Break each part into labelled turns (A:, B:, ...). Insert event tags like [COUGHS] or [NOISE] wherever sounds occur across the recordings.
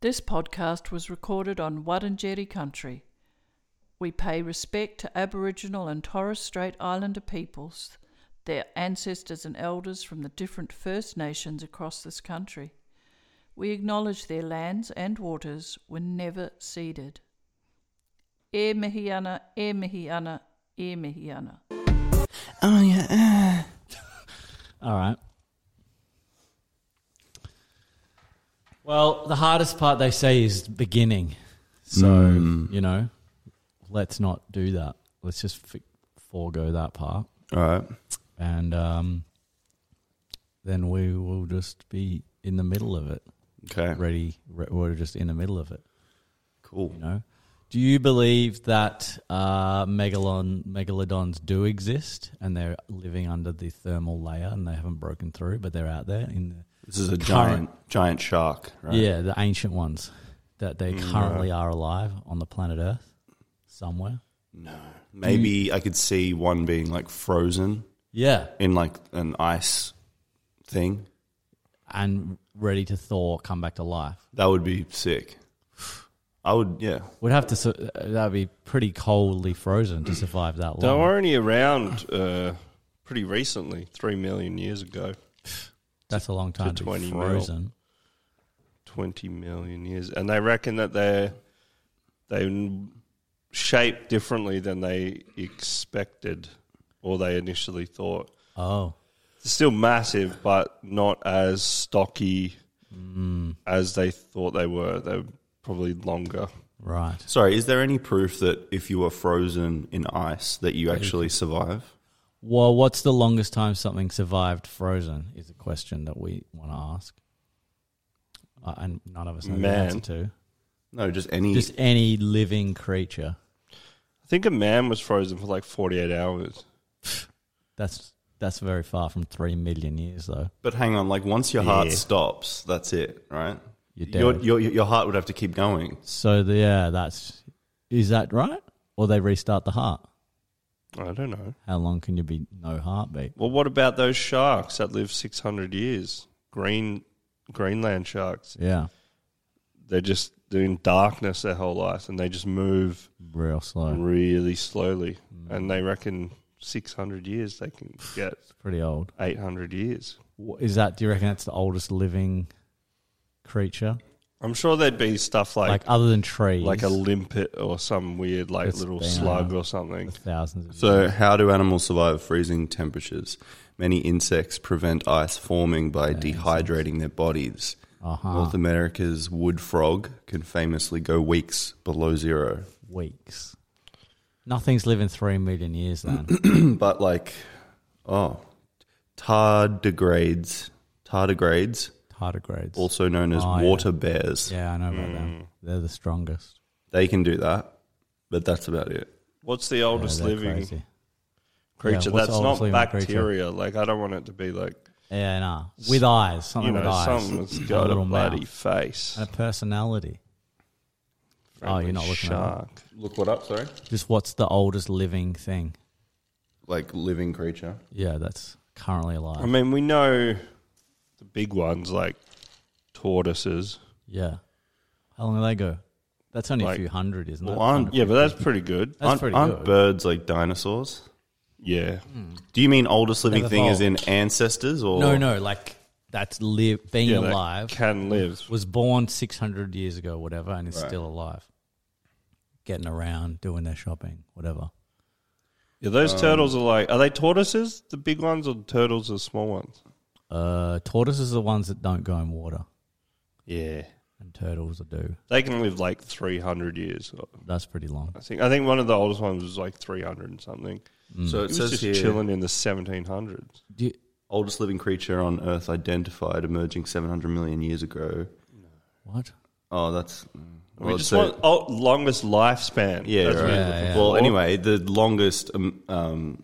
A: This podcast was recorded on Wurundjeri country. We pay respect to Aboriginal and Torres Strait Islander peoples, their ancestors and elders from the different First Nations across this country. We acknowledge their lands and waters were never ceded. E mihi ana, e mihi ana, e mihi ana.
B: Oh yeah. eh.
C: [SIGHS] All right. Well, the hardest part they say is beginning. So, you know, let's not do that. Let's just f- forego that part.
B: All right.
C: And um, then we will just be in the middle of it,
B: Okay.
C: ready. Re- we're just in the middle of it,
B: Cool.
C: you know. Do you believe that uh, megalon, megalodons do exist and they're living under the thermal layer and they haven't broken through, but they're out there in the
B: This is a
C: Current.
B: giant, giant shark, right?
C: Yeah, the ancient ones that they currently are alive on the planet Earth somewhere.
B: Maybe I could see one being like frozen
C: Yeah,
B: in like an ice thing.
C: and ready to thaw, come back to life.
B: That would be sick. I would, yeah.
C: We'd have to. su- uh, That'd be pretty coldly frozen to survive that long.
D: They were only around uh, pretty recently, three million years ago,
C: That's a long time to, be
D: 20 mil.
C: frozen.
D: twenty million years, and they reckon that they they n- shape differently than they expected or they initially thought.
C: Oh,
D: It's still massive, but not as stocky as they thought they were. They were probably longer.
C: right.
B: Sorry, is there any proof that if you were frozen in ice that you actually survive?
C: Well, what's the longest time something survived frozen? Is a question that we want to ask, uh, and none of us know the
D: Man.
C: answer to.
B: No, just any.
C: Just any living creature.
D: I think a man was frozen for like forty eight hours.
C: That's that's very far from three million years, though.
B: but hang on, like once your heart
D: Yeah.
B: stops, that's it, right?
C: You're
B: Your,
C: dead.
B: your, your heart would have to keep going.
C: So the, yeah, that's is that right? Or they restart the heart?
D: I don't know.
C: How long can you be no heartbeat?
D: Well, what about those sharks that live six hundred years? Green Greenland sharks.
C: Yeah,
D: They're just they're in darkness their whole life, and they just move
C: real slow.
D: really slowly.
C: Mm.
D: And they reckon six hundred years they can get
C: Pretty old.
D: eight hundred years.
C: Wh- Is that? Do you reckon that's the oldest living creature?
D: I'm sure there'd be stuff
C: Like,
D: like
C: other than trees?
D: like a limpet or some weird like
C: It's
D: little
C: been,
D: slug
C: uh,
D: or something.
C: thousands. Of
B: So, how do animals survive freezing temperatures? Many insects prevent ice forming by dehydrating their bodies.
C: uh-huh.
B: North America's wood frog can famously go weeks below zero.
C: weeks. Nothing's living three million years
D: [CLEARS THROAT]
C: then.
B: but, like, oh, tardigrades, tardigrades,
C: Tardigrades.
B: also known as
C: Oh, yeah.
B: water bears,
C: yeah, I know about
D: Hmm.
C: them. They're the strongest.
B: they can do that, but that's about it.
D: What's the
C: Yeah,
D: oldest
C: they're
D: living
C: crazy.
D: creature?
C: what's the
D: That's not
C: oldest living creature?
D: bacteria. Like I don't want it to be like
C: Yeah, nah. With eyes, something
D: you know
C: with eyes,
D: something that's
C: And
D: got a,
C: little
D: bloody
C: mouth.
D: face.
C: and a personality. Oh, you're not looking at that.
D: shark.
B: Look what up, sorry?
C: Just what's the oldest living thing?
B: Like, living creature.
C: Yeah, that's currently alive.
D: I mean, we know the big ones like tortoises.
C: yeah. How long do they go? That's only a
D: Like-
C: few hundred, isn't
B: Well,
C: it?
B: aren't,
D: Yeah, but that's pretty good.
C: That's
B: aren't-
C: pretty
B: aren't
C: good.
B: birds like dinosaurs?
D: Yeah,
B: Do you mean oldest living
C: Never
B: thing as
C: thought.
B: in ancestors or
C: no, no, like that's live being
D: yeah, that
C: alive
D: can live.
C: was born six hundred years ago, whatever, and is still alive. Getting around, doing their shopping, whatever.
D: Yeah, those turtles are like are they tortoises? The big ones or turtles are small ones?
C: Uh, tortoises are the ones that don't go in water,
D: Yeah,
C: and turtles do.
D: they can live like three hundred years.
C: That's pretty long.
D: I think I think one of the oldest ones was like three hundred and something.
C: Mm.
B: So it,
D: It was
B: says
D: just
B: here,
D: chilling in the seventeen hundreds.
C: Do you-
B: oldest living creature on Earth identified emerging 700 million years ago.
C: what?
B: Oh, that's
D: We
B: well,
D: just
B: so-
D: want oh, longest lifespan.
B: yeah,
D: That's
B: right.
D: what we're
C: Yeah,
D: looking
C: yeah.
D: for.
B: Well, anyway, the longest um, um,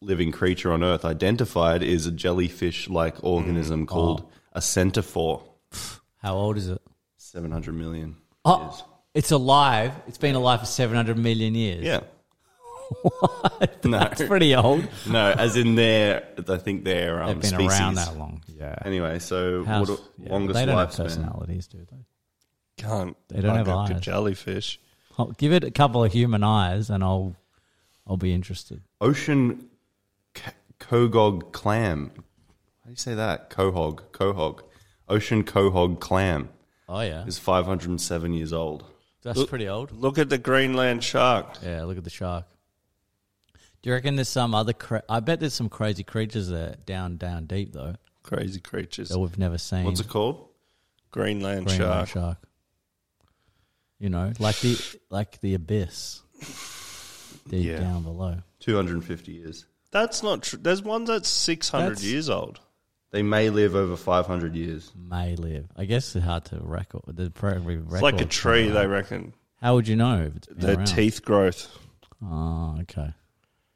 B: living creature on Earth identified is a jellyfish-like
C: Mm.
B: organism
C: Oh.
B: called a centaur.
C: How old is it?
B: 700 million.
C: Oh,
B: years.
C: it's alive. It's been alive for seven hundred million years.
B: yeah.
C: [LAUGHS]
B: What? No,
C: It's pretty old.
B: no. As in their, I think their um,
C: They've been
B: species.
C: around that long. Yeah.
B: Anyway, so
C: How-
B: what,
C: yeah,
B: longest
C: they don't have
B: lifespan.
C: personalities, do they?
D: Can't.
C: They don't
D: hug
C: have
D: up to
C: eyes.
D: jellyfish.
C: I'll give it a couple of human eyes, and I'll I'll be interested.
B: Ocean c- Kogog clam. How do you say that? Cohog. Cohog. Ocean Cohog clam
C: Oh yeah,
B: is 507 years old.
C: that's pretty old.
D: Look at the Greenland shark.
C: Yeah, look at the shark. Do you reckon there's some other? Cra- I bet there's some crazy creatures there down down deep though
D: Crazy creatures.
C: that we've never seen.
B: What's it called?
D: Greenland
C: Greenland
D: shark.
C: shark? You know, like the like the
B: [LAUGHS]
C: abyss deep
B: Yeah.
C: down below.
B: 250 years.
D: That's not true. There's one that's 600
C: That's-
D: years old.
B: They may live over 500 years.
C: May live. I guess it's hard to record. The probably record
D: It's like a tree, they reckon.
C: How would you know? If it's been
D: Their
C: around?
D: teeth growth.
C: Oh, okay.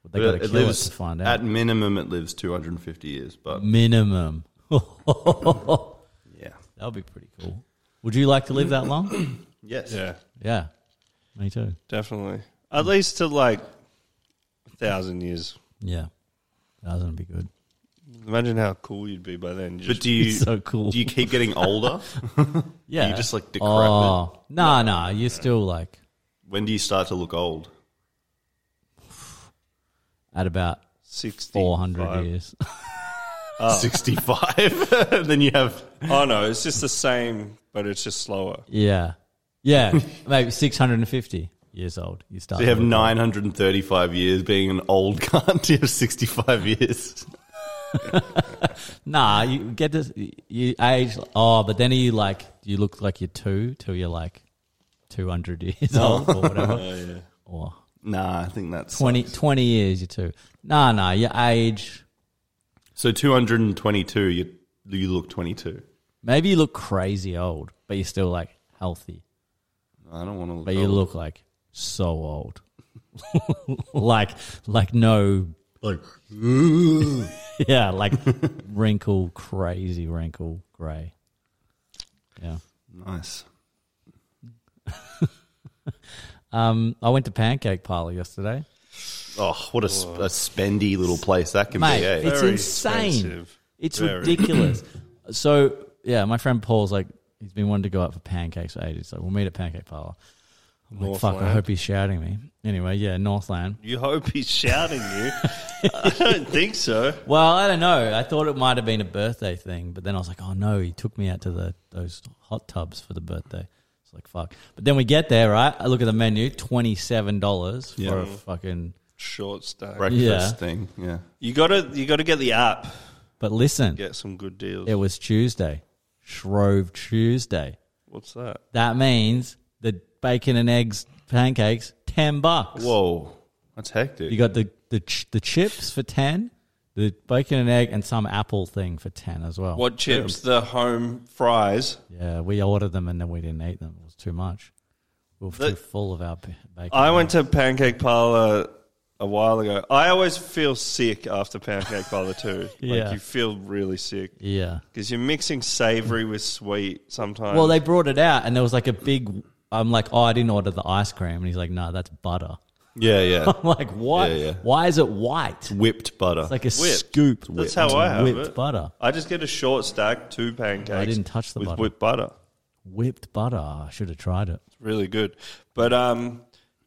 C: Well, they
B: But
C: got to
B: it
C: kill
B: lives
C: it to find out. Mm.
B: At minimum, it lives 250 years. But
C: Minimum. [LAUGHS] that
B: yeah.
C: would be pretty cool. Would you like to live that long? [COUGHS]
B: Yes.
D: Yeah,
C: yeah, me too.
D: definitely. At least to like a thousand years.
C: Yeah, that's gonna be good.
D: Imagine how cool you'd be by then. You
B: But
D: Just,
B: do you
C: It's so cool.
B: do you keep getting
C: [LAUGHS]
B: older?
C: yeah,
B: you just, like, decrepit?
C: Oh, no, no, you're still like
B: when do you start to look old?
C: at about
D: 60.
C: four hundred years. [LAUGHS]
B: 65. and [LAUGHS] then you have
D: Oh, no, it's just the same, but it's just slower.
C: yeah, yeah, maybe six hundred and fifty years old. You start.
B: so you have
C: to look
B: 935 years being an old [LAUGHS] cunt. You have 65 years.
C: Nah, you get this. You age. Oh, but then are you like? You look like you're two till you're like two hundred years old or
D: [LAUGHS]
C: whatever.
D: Oh,
C: Or
B: Nah, I think that's
C: 20, 20 years you're two. Nah, nah. Your age.
B: So 222. You you look 22.
C: Maybe you look crazy old, but you're still like healthy.
B: I don't want to look.
C: But you
B: old.
C: look like so old. [LAUGHS] like like no [LAUGHS]
B: like
C: yeah
D: [LAUGHS]
C: like wrinkle crazy wrinkle gray. Yeah.
B: nice.
C: Um, I went to Pancake Parlor yesterday.
B: Oh, what a, sp- a spendy little place that can
C: Mate,
B: be. eh?
C: it's
D: Very
C: insane.
D: expensive.
C: It's
D: Very. [CLEARS THROAT]
C: ridiculous. so yeah, my friend Paul's like he's been wanting to go out for pancakes for ages. So we'll meet at Pancake Parlor. I'm like, fuck, I
D: Northland.
C: hope he's shouting me. Anyway, yeah, Northland.
D: You hope he's shouting you.
C: [LAUGHS]
D: I don't think so.
C: Well, I don't know. I thought it might have been a birthday thing, but then I was like, oh no, he took me out to the those hot tubs for the birthday. It's like fuck. But then we get there, right? I look at the menu, twenty seven dollars for
B: Yeah.
C: a fucking.
D: Short stay.
B: breakfast
C: Yeah.
B: thing. Yeah.
D: You gotta, you gotta get the app.
C: But listen,
D: Get some good deals.
C: it was Tuesday, Shrove Tuesday.
D: What's that?
C: That means the bacon and eggs pancakes, ten bucks.
B: Whoa, that's hectic.
C: You got the the ch- the chips for ten, the bacon and egg, and some apple thing for ten as well.
D: What chips? The home fries.
C: Yeah, we ordered them and then we didn't eat them. It was too much. We were too full of our p- bacon.
D: I went to Pancake Parlor a while ago. I always feel sick after Pancake Parlor too. Like
C: [LAUGHS] Yeah.
D: you feel really sick
C: yeah.
D: because you're mixing savory with sweet sometimes.
C: Well, they brought it out and there was like a big. I'm like, oh, I didn't order the ice cream, and he's like, no, that's butter. [LAUGHS]
B: yeah, yeah.
C: I'm like, what?
B: Yeah, yeah.
C: Why is it white?
B: Whipped butter.
C: It's like a
D: Scoop.
C: whipped-
D: That's how I have
C: whipped
D: it.
C: butter.
D: I just get a short stack, two pancakes.
C: I didn't touch the
D: with
C: butter.
D: whipped butter.
C: whipped butter. Oh, I should have tried it.
D: It's really good. But um,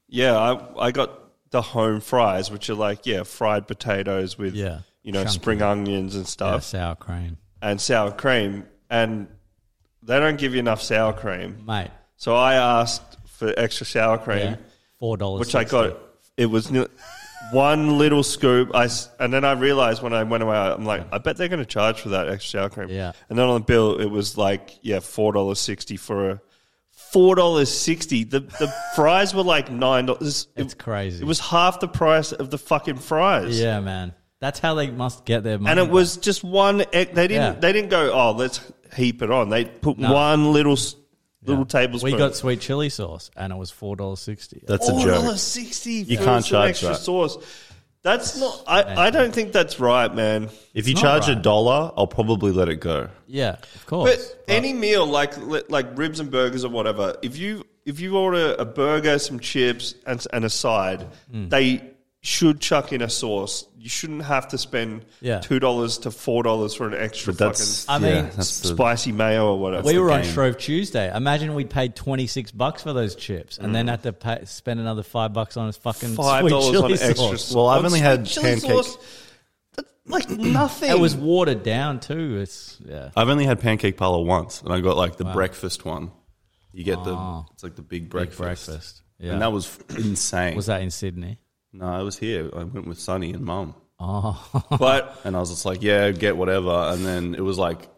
D: yeah, I I got the home fries, which are like yeah, fried potatoes with
C: Yeah.
D: you know
C: Chunky.
D: spring onions and
C: Yeah,
D: stuff
C: sour cream,
D: and sour cream, and they don't give you enough sour cream.
C: mate.
D: So I asked for extra sour cream,
C: Yeah, four dollars,
D: which I got. It was ne- one little scoop. I s- and then I realized when I went away, I'm like, I bet they're going to charge for that extra sour cream.
C: Yeah.
D: And then on the bill, it was like, yeah, four dollars sixty for a four dollars sixty. The the fries were like nine dollars.
C: It's crazy.
D: It was half the price of the fucking fries.
C: Yeah, man. That's how they must get their money.
D: And it was just one. e- They didn't.
C: Yeah.
D: They didn't go. Oh, let's heap it on. They put
C: No.
D: one little s- little tablespoon.
C: We got sweet chili sauce, and it was four dollars sixty.
B: that's a
D: Four
B: joke.
D: dollars sixty.
B: You can't charge
D: extra
B: that.
D: sauce. That's not. I, I don't think that's right, man.
B: If you
C: not
B: charge a
C: right.
B: dollar, I'll probably let it go.
C: Yeah, of course.
D: But
B: oh.
D: any meal, like li- like ribs and burgers or
B: Hmm.
D: whatever, if you if you order a burger, some chips, and s- and a side, they should chuck in a sauce. You shouldn't have to spend
C: Yeah.
D: two dollars to four dollars for an extra
B: But that's
C: I
D: fucking
C: mean,
B: yeah, that's the-
D: spicy mayo or whatever.
C: we were on
B: game.
C: Shrove Tuesday. Imagine we paid twenty six bucks for those chips, and then had to pay, spend another five bucks on his fucking
D: Five
C: sweet
D: dollars on
C: chili
D: extra
C: sauce.
D: sauce.
B: Well, I've
D: On
B: only
D: sweet
B: had
D: chili
B: pancake-
D: sauce, that's
C: [CLEARS THROAT]
D: like
C: [LAUGHS]
D: nothing.
C: It was watered down too. It's yeah.
B: I've only had pancake parlor once, and I got like the breakfast one. You get
C: Oh.
B: the it's like the big breakfast.
C: breakfast, yeah.
B: and that was [CLEARS THROAT] insane.
C: Was that in Sydney?
B: no, I was here. I went with Sonny and Mum,
C: Oh,
D: but
B: and I was just like, "Yeah, get whatever." And then it was like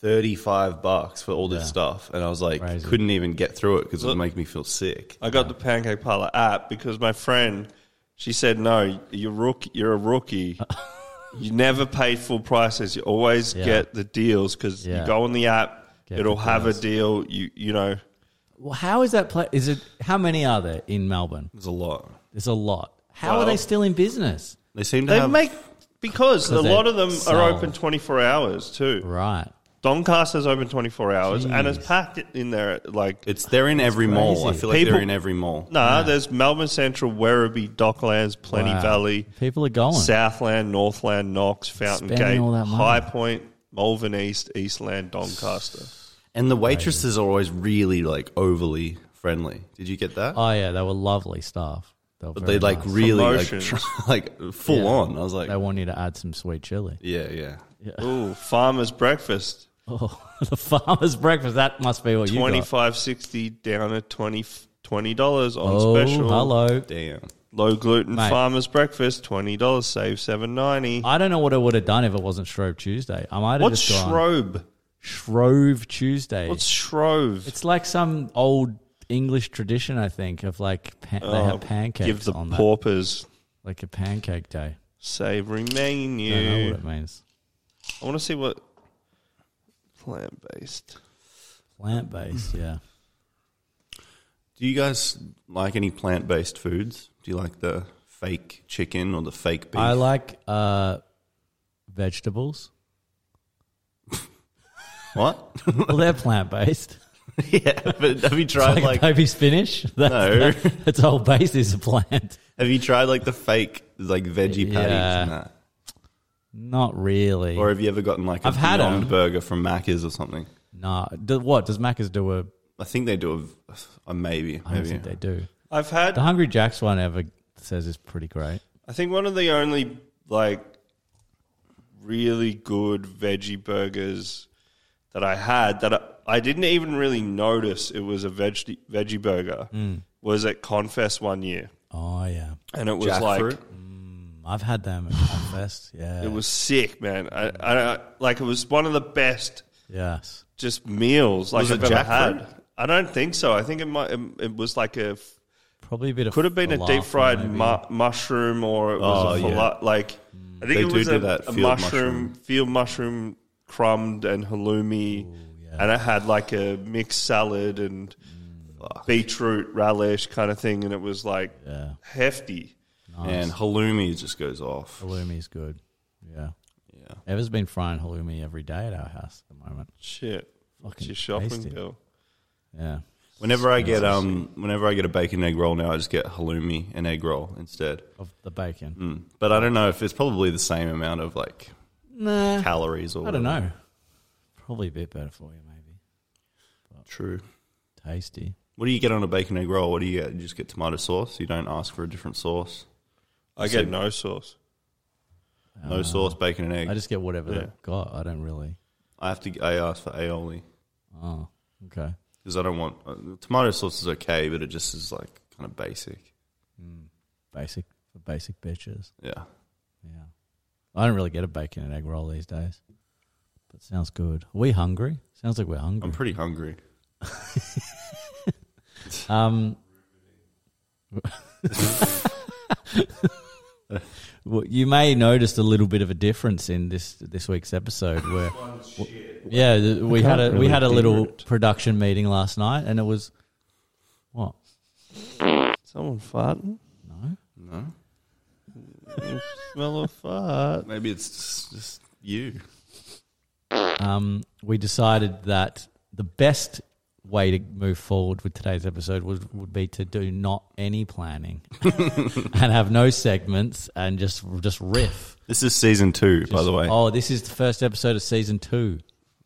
B: thirty-five bucks for all this stuff, and I was like,
C: Crazy.
B: couldn't even get through it because it would make me feel sick.
D: I got the Pancake Parlor app because my friend, she said, "No, you're rook, you're
C: [LAUGHS]
D: a rookie. you never pay full prices. You always
C: Yeah.
D: get the deals because
C: Yeah.
D: you go on the app,
C: Get
D: it'll
C: the
D: have a
C: deals.
D: deal. You you know,
C: well, how is that? Pla- is it? How many are there in Melbourne?
B: It was a lot.
C: There's a lot. How are
D: Well-
C: they still in business?
B: They seem to
D: they
B: have
D: make because a
C: they
D: lot of them are
C: sell.
D: open twenty four hours too.
C: Right.
D: Doncaster's open twenty four hours and it's
C: Jeez.
D: packed in there. Like
B: it's they're in every mall. I
C: crazy.
B: feel like they're
D: People-
B: in every mall.
D: nah, there's Melbourne Central, Werribee, Docklands, Plenty
C: Wow.
D: Valley,
C: People are going.
D: Southland, Northland, Knox, Fountain
C: Spending
D: Gate,
C: all that money.
D: High Point, Malvern East, Eastland, Doncaster.
B: And the waitresses are always really like overly friendly. Did you get that?
C: oh yeah, they were lovely staff. They were
B: but
C: very
B: they like
C: nice.
B: really like,
D: Promotions.
B: try, [LAUGHS] like full
C: Yeah.
B: on. I was like,
C: They want you to add some sweet chili. [LAUGHS]
B: yeah, yeah.
D: Ooh, farmer's breakfast.
C: Oh, the farmer's breakfast. That must be what you
D: Twenty
C: got.
D: five sixty down at 20 dollars on
C: Oh,
D: special.
C: hello.
B: Damn.
D: Low gluten
C: Mate.
D: farmer's breakfast, twenty dollars, save seven ninety.
C: I don't know what I would have done if it wasn't Shrove Tuesday. I might have
D: What's
C: just gone
D: Shrove?
C: Shrove Tuesday.
D: What's Shrove?
C: it's like some old English tradition, I think, of like pan- they
D: Oh,
C: have pancakes
D: Give the
C: on that,
D: paupers
C: like a pancake day.
D: savory
C: I don't know
D: menu.
C: what it means.
D: I want to see what plant based.
C: Plant based, yeah.
B: Do you guys like any plant based foods? Do you like the fake chicken or the fake beef?
C: I like uh, vegetables.
B: what? [LAUGHS]
C: Well, they're plant based.
B: yeah, but have you tried
C: Like,
B: like,
C: baby spinach. That's, [LAUGHS]
B: No.
C: that- its whole base is a plant.
B: [LAUGHS] have you tried like the fake like veggie patties
C: Yeah.
B: and that?
C: Not really.
B: Or have you ever gotten like a
C: I've had
B: Beyond
C: 'em.
B: burger from Macca's or something?
C: nah. Do, what does Macca's do? A,
B: I think they do a, a maybe,
C: I don't
B: maybe.
C: think they do.
D: I've had
C: The Hungry Jack's one ever says is pretty great.
D: I think one of the only like really good veggie burgers that I had that I, I didn't even really notice it was a veggie veggie burger
B: Mm.
D: was at Confest one year,
C: Oh yeah,
D: and it was like
B: Jackfruit?
C: I've had them at Confest. Yeah,
D: it was sick, man. I, I like it was one of the best
C: yes.
D: just meals like
B: Was it
D: I've ever
B: jackfruit?
D: had. I don't think so. I think it might it, it was like a
C: Probably a bit of
D: could have been a,
C: falafel,
D: deep fried
C: maybe.
D: mu- mushroom or it
B: Oh,
D: was a
B: yeah.
D: fala- like I think
B: They
D: it
B: do
D: was
B: do
D: a,
B: that
D: a
B: field
D: mushroom,
B: mushroom.
D: field mushroom crumbed and halloumi and it had like a mixed salad and beetroot relish kind of thing and it was like
C: Yeah,
D: hefty.
B: And halloumi just goes off.
C: halloumi's good. Yeah,
B: Yeah.
C: Eva's been frying halloumi every day at our house at the moment.
D: Shit. What's
C: Fucking
D: your shopping
C: tasty.
D: bill?
C: Yeah,
B: Whenever I get um, whenever I get a bacon egg roll now, I just get halloumi and egg roll instead.
C: of the bacon.
B: Mm. But I don't know if it's probably the same amount of like
C: Nah,
B: calories or
C: I don't
B: whatever.
C: know. Probably a bit better for you, maybe.
B: True.
C: Tasty.
B: What do you get on a bacon egg roll? What do you get? You just get tomato sauce. You don't ask for a different sauce.
D: I get no sauce.
B: No sauce, bacon and
C: Ah. I
B: egg. Uh, I,
C: just get whatever
D: Yeah.
C: they've got. I don't really.
B: have to. I ask for aioli
C: Oh, okay.
B: because I don't want uh, tomato sauce is okay, but it just is like kind of basic.
C: Mm. Basic for basic bitches.
B: Yeah.
C: Yeah. I don't really get a bacon and egg roll these days. But sounds good. Are we hungry? Sounds like we're hungry.
B: I'm pretty hungry.
C: Um, well, you may notice a little bit of a difference in this this week's episode where yeah th- we had a we
B: really
C: had a
B: do
C: little
B: it.
C: production meeting last night and it was what
D: Someone farting?
C: no
B: No,
D: Smell of fart.
B: maybe it's just, just you.
C: um, we decided that the best way to move forward with today's episode would, would be to do not any
B: [LAUGHS]
C: planning and have no segments and just just riff.
B: This is season two, by
C: Just,
B: the way.
C: Oh, this is the first episode of season two.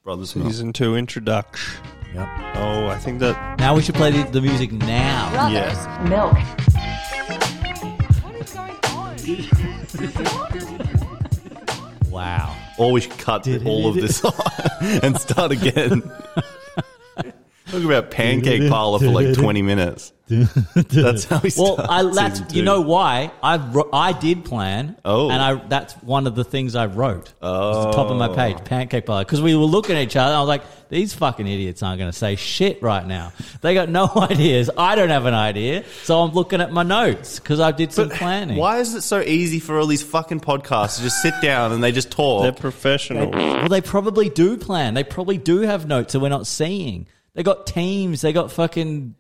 B: Brothers Milk.
D: Season two introduction.
C: Yep.
D: Oh, I think that
C: Now we should play the, the music now.
E: Brothers Milk.
C: Wow.
B: Or we should cut all of this off [LAUGHS] and
C: [LAUGHS]
B: start again. Talk about pancake parlor for like 20
C: [LAUGHS]
B: minutes. That's how we
C: Well,
B: start.
C: I, that's
B: season two.
C: you know why I wr- I did plan.
B: Oh.
C: and I that's one of the things I wrote. Oh, the top of my page, pancake parlor, because we were looking at each other. and I was like, these fucking idiots aren't going to say shit right now. They got no [LAUGHS] ideas. I don't have an idea, so I'm looking at my notes because I did some planning.
B: Why is it so easy for all these fucking podcasts to just sit down and they just
D: they're
B: talk?
D: professional.
C: Well, they probably do plan. They probably do have notes that we're not seeing. They got teams. They got fucking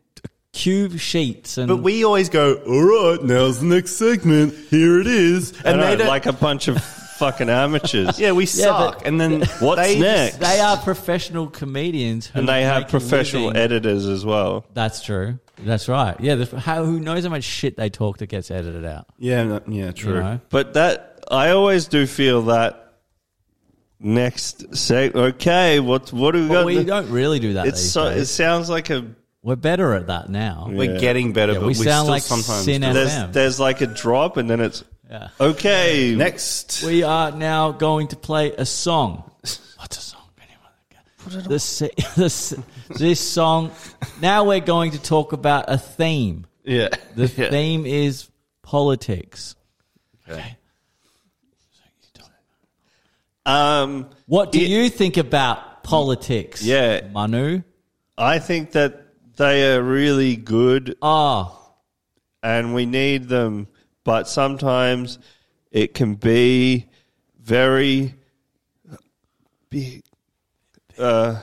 C: cube sheets and
B: But we always go, all right, now's the next segment. Here it is.
D: and
B: And they don't,
D: like a bunch of fucking
B: [LAUGHS]
D: amateurs.
B: yeah, we
C: but-
B: suck.
C: [LAUGHS]
B: and then
D: What's
B: they just-
D: next?
C: they are professional comedians who
D: and they
C: make
D: have
C: a
D: professional
C: living.
D: editors as well.
C: That's true. That's right. Yeah. The, how, who knows how much shit they talk that gets edited out?
B: yeah, no- yeah, true.
C: You know?
D: But that I always do feel that next seg. Okay, what what do we
C: But
D: got?
C: we don't really do that.
D: it's
C: these
D: so, it
C: days.
D: sounds like a
C: We're better at that now.
B: We're
D: Yeah.
B: getting better,
C: Yeah,
B: but
C: we
B: we,
C: sound
B: still
C: like
B: sometimes.
C: sin
B: do
C: and-
B: it.
D: there's
C: Damn.
D: there's like a drop and then it's
C: Yeah.
D: okay.
B: Next.
C: We are now going to play a song. What's a song? Anyone? The, se- [LAUGHS] the, se- this song. Now we're going to talk about a theme.
B: yeah.
D: [LAUGHS]
C: The
B: yeah.
C: theme is politics.
D: Um,
C: What do
D: It-
C: you think about politics?
D: Yeah.
C: Manu.
D: I think that they are really good
C: Ah,
D: and we need them, but sometimes it can be very big, uh,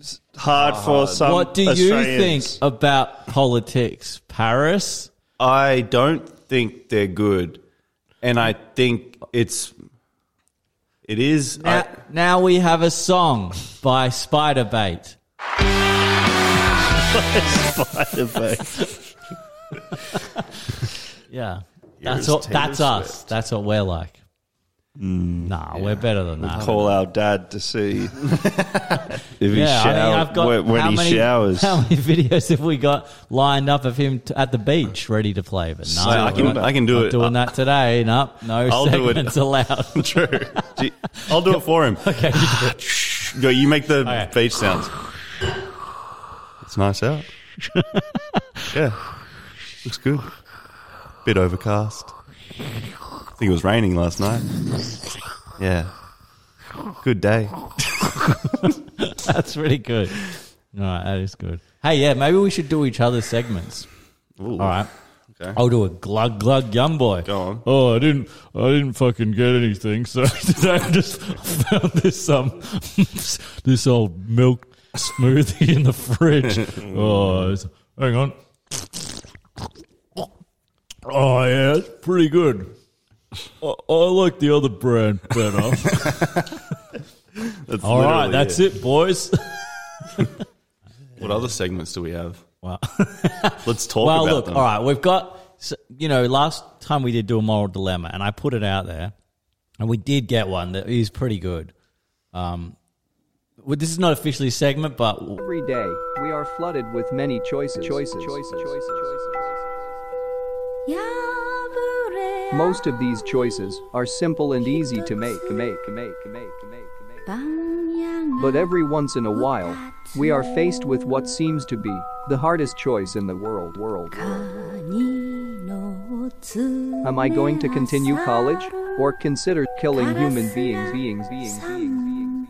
D: s- hard for some.
C: what do you think
D: Australians.
C: about politics, Paris?
B: I don't think they're good, and I think it's it is.
C: Now,
B: I,
C: now we have a song by Spiderbait.
D: [LAUGHS]
C: Yeah. That's what
B: Taylor
C: that's us. That's what we're like. nah, we're better than that.
D: Call our dad to see
C: [LAUGHS]
D: if he
C: Yeah,
D: shower,
C: I mean, I've got
D: when, when
C: how
D: he
C: many,
D: showers. [LAUGHS]
C: How many [LAUGHS] videos have we got lined up of him t- at the beach ready to play? But no,
B: I, I
C: we're
B: can
C: not
B: I can do it.
C: doing that today. No, no
B: I'll do it.
C: segments allowed. [LAUGHS]
B: True. Do you- I'll do it for him.
C: okay, you
B: Go. You make the
C: Okay.
B: beach sounds. It's
C: [LAUGHS]
B: nice out. yeah, looks good. Bit overcast. I think it was raining last night. Yeah. Good day.
C: do- that's really good. All right, that is good. Hey, yeah, maybe we should do each other's segments. All right.
B: Okay.
C: I'll do a glug glug yum boy.
B: Go on.
C: Oh, I didn't, I didn't fucking get anything. So [LAUGHS] today I just found this um, [LAUGHS] this old milk smoothie in the
B: [LAUGHS]
C: fridge. Oh, it's- hang on. Oh yeah, it's pretty good. I, I like the other brand
B: [LAUGHS]
C: better.
B: That's
C: All right,
B: literally
C: that's it, boys. [LAUGHS]
B: What other segments do we have?
C: [LAUGHS] Wow.
B: Let's talk
C: well,
B: about
C: look,
B: them.
C: all right, we've got, s- you know, last time we did do a moral dilemma, and I put it out there, and we did get one that is pretty good. Um, well, this is not officially a segment, but
F: Every day, we are flooded with many choices. Choices. Choices. Most of these choices are simple and easy to make. Make. Make. Make. Make. Make. But every once in a while, we are faced with what seems to be the hardest choice in the world. World. Am I going to continue college or consider killing human beings? Beings. Beings. Beings. beings?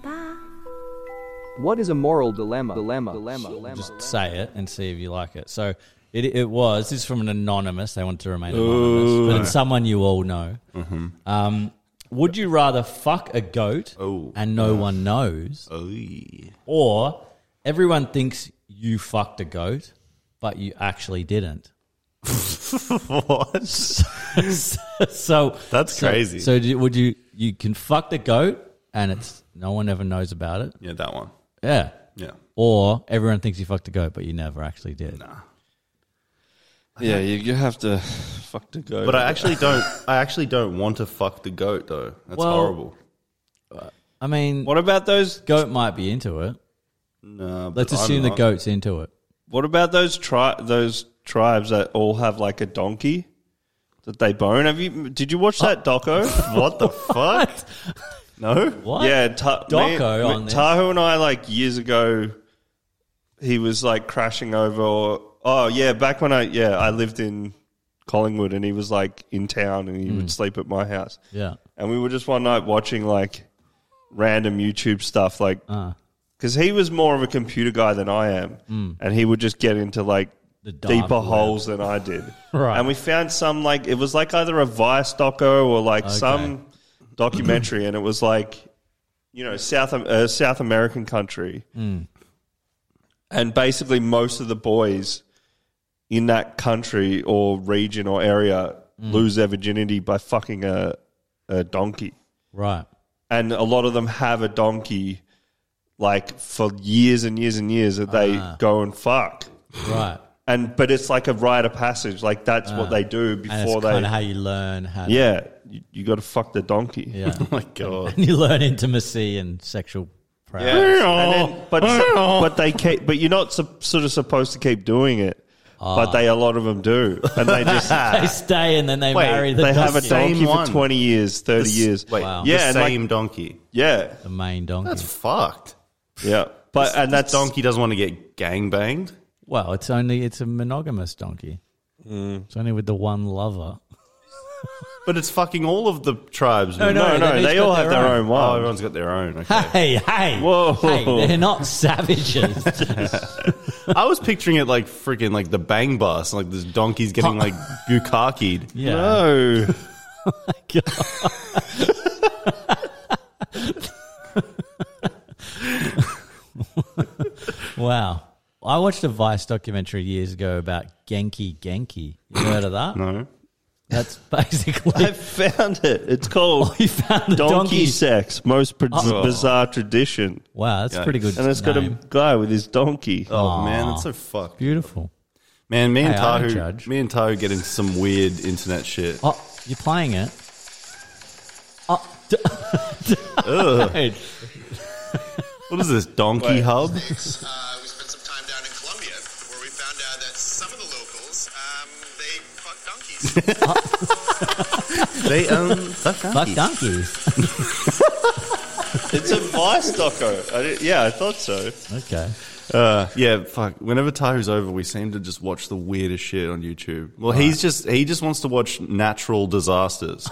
F: What is a moral dilemma? Dilemma. Dilemma. Dilemma.
C: just say it and see if you like it. So it, it was, this is from an anonymous, they wanted to remain anonymous, but it's someone you all know.
B: Mm-hmm.
C: Um, would you rather fuck a goat
B: Oh.
C: and no one knows,
B: Oh, yeah.
C: or everyone thinks you fucked a goat, but you actually didn't?
B: [LAUGHS]
C: [LAUGHS]
B: what?
C: so
B: That's
C: so-
B: crazy.
C: So, do, would you you can fuck the goat and it's no one ever knows about it?
B: Yeah, that one.
C: Yeah.
B: Yeah.
C: or everyone thinks you fucked a goat, but you never actually did.
D: Yeah, you, you have to fuck to go.
B: But I actually don't. I actually don't want to fuck the goat though. That's
C: Well-
B: horrible.
C: I mean,
D: What about those?
C: goat might be into it.
B: No,
C: [LAUGHS]
B: but
C: Let's
B: I'm
C: assume the
B: not.
C: goat's into it.
D: What about those tri- Those tribes that all have like a donkey that they bone. Have you? Did you watch
C: [LAUGHS]
D: that doco?
B: What the fuck? No.
C: What?
D: Yeah, ta-
C: Doco
D: me-
C: on this.
D: Tahu and I like years ago. He was like crashing over. Or, oh yeah, back when I yeah I lived in Collingwood and he was like in town and he would sleep at my house
C: Mm. Yeah.
D: and we were just one night watching like random YouTube stuff like
C: Uh,
D: because he was more of a computer guy than I am and he would just get into like
C: Mm. The dark
D: deeper
C: web.
D: holes than I did
C: Right.
D: and we found some like it was like either a Vice doco or like some documentary and it was like you know South uh, South American country, and basically most of the boys in that country or region or area lose their virginity by fucking a, a donkey,
C: right.
D: and a lot of them have a donkey like for years and years and years that they go and fuck.
C: Right.
D: And but it's like a rite of passage, like that's what they do
C: Ah. And
D: before
C: that's
D: they.
C: kind of how you learn how to,
D: yeah, you, you got to fuck the donkey.
C: yeah. [LAUGHS]
B: Oh my god.
C: you learn intimacy and sexual prowess.
D: And then- [LAUGHS] but but they keep, but you're not sup- sort of supposed to keep doing it. But they a lot of them do, and they just
C: Ah. [LAUGHS] They stay and then they
B: Wait,
C: marry the
D: they have a
C: donkey.
B: Same
D: donkey for
B: one.
D: twenty years, thirty
B: The s-
D: years.
B: Wait.
C: Wow.
B: [LAUGHS] Yeah.
D: Yeah, and like-
B: same donkey.
D: Yeah,
C: the main donkey.
B: That's fucked.
D: yeah. But and that's
B: Donkey doesn't want to get gang banged.
C: well, it's only it's a monogamous donkey. It's only with the one lover.
B: But it's fucking all of the tribes.
C: No,
D: No,
C: They've
D: no,
C: each
D: they
C: got
D: all have
C: their
D: their
C: own.
D: own
B: Oh,
D: one.
B: everyone's got their own. Okay.
C: Hey, hey,
D: Whoa.
C: hey! They're not savages.
B: [LAUGHS]
D: [LAUGHS]
B: I was picturing it like freaking like the bang bus, like this donkey's getting like bukakied.
C: yeah.
D: No,
C: Wow. I watched a Vice documentary years ago about Genki Genki. You heard of that?
B: No.
C: That's basically
D: [LAUGHS]
C: [LAUGHS]
D: [LAUGHS] I found it. It's called
C: you found [LAUGHS] the
D: donkey,
C: donkey.
D: sex, most biz-
C: Oh.
D: bizarre tradition,
C: Wow, that's
B: Yikes.
C: pretty good.
D: and it's got
C: name.
D: a guy with his donkey.
B: Oh man, that's so fucked.
C: beautiful.
B: Man, me and
C: Hey, I don't
B: Tahu,
C: judge.
B: me and Tahu get into some weird internet shit.
C: Oh, you're playing it. Oh, [LAUGHS] d- dude.
B: What is this donkey
C: [LAUGHS]
B: hub?
E: Olympics, uh, we spent some time down in Colombia where we found out that some of the locals, um, they fuck
D: [LAUGHS]
B: They
E: donkeys.
B: um, fuck
C: fuck
B: donkeys.
C: donkeys.
D: It's a vice doco. I did- yeah, I thought so.
C: Okay.
B: Uh, yeah, fuck. Whenever Tahu's over, we seem to just watch the weirdest shit on YouTube. Well, he's just he just wants to watch natural disasters.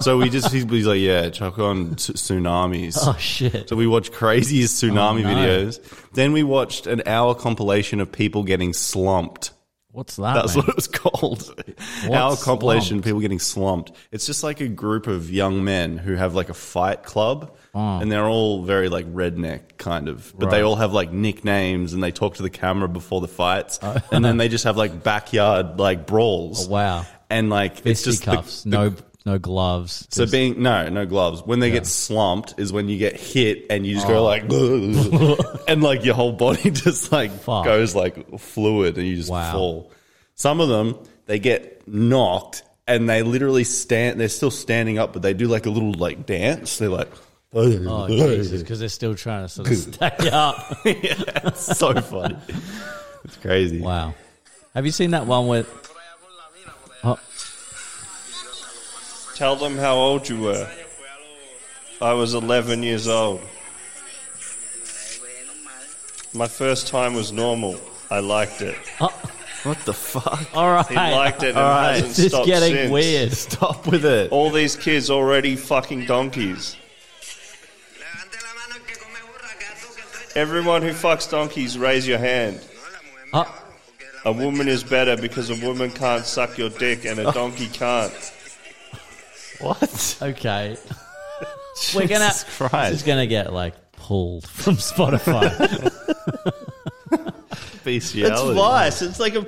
B: so we just he's, he's like, yeah, chuck on t- tsunamis.
C: Oh shit.
B: So we watched craziest tsunami
C: Oh, no.
B: videos. Then we watched an hour compilation of people getting slumped.
C: What's that?
B: That's
C: man?
B: what it was called. Our
C: slumped?
B: compilation, people getting slumped. It's just like a group of young men who have like a fight club,
C: Oh.
B: and they're all very like redneck kind of, but they all have like nicknames, and they talk to the camera before the fights,
C: Oh.
B: and then they just have like backyard like brawls.
C: wow.
B: And like it's just the-
C: Fisticuffs.
B: the
C: no, no gloves.
B: so
C: Just-
B: being no, no gloves. When they get slumped is when you get hit and you just
C: Oh. [LAUGHS]
B: go like, "Ugh." and like your whole body [LAUGHS] just like
C: Fuck.
B: goes like fluid and you just
C: Wow.
B: fall. Some of them they get knocked and they literally stand. They're still standing up, but they do like a little like dance. They're like, [LAUGHS]
D: [LAUGHS]
C: oh Jesus, because they're still trying to sort of stay up.
B: it's so funny. It's crazy.
C: Wow. Have you seen that one where? Oh,
D: Tell them how old you were. I was 11 years old. My first time was normal. I liked it.
B: What the fuck?
C: all right.
D: He liked it
C: [LAUGHS]
D: and hasn't
C: It's just
D: stopped
C: getting
D: since.
C: weird.
B: Stop with it.
D: All these kids already fucking donkeys. Everyone who fucks donkeys, raise your hand.
C: Oh,
D: A woman is better because a woman can't suck your dick and
C: Oh.
D: a donkey can't.
B: What?
D: [LAUGHS]
C: okay. We're gonna.
B: Jesus Christ.
C: This is gonna get like pulled from
D: [LAUGHS]
C: Spotify.
D: It's
B: Bestiality.
D: vice. It's like a.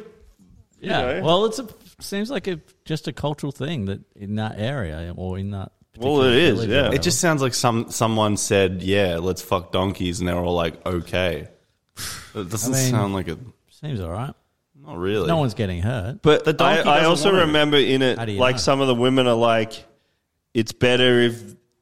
C: yeah.
D: know.
C: Well, it's a seems like a just a cultural thing that in that area or in that.
D: Well,
C: particular
D: it is,
C: village or
D: yeah. It
C: whatever.
B: It just sounds like some someone said, "Yeah, let's fuck donkeys," and they were all like, "Okay." It doesn't
C: I mean-
B: sound like it.
C: Seems all right.
B: Not really.
C: No one's getting hurt.
D: But
B: The donkey
D: I, I
B: doesn't
D: also
B: want it.
D: remember in it,
C: How do you
D: like
C: know?
D: some of the women are like, it's better if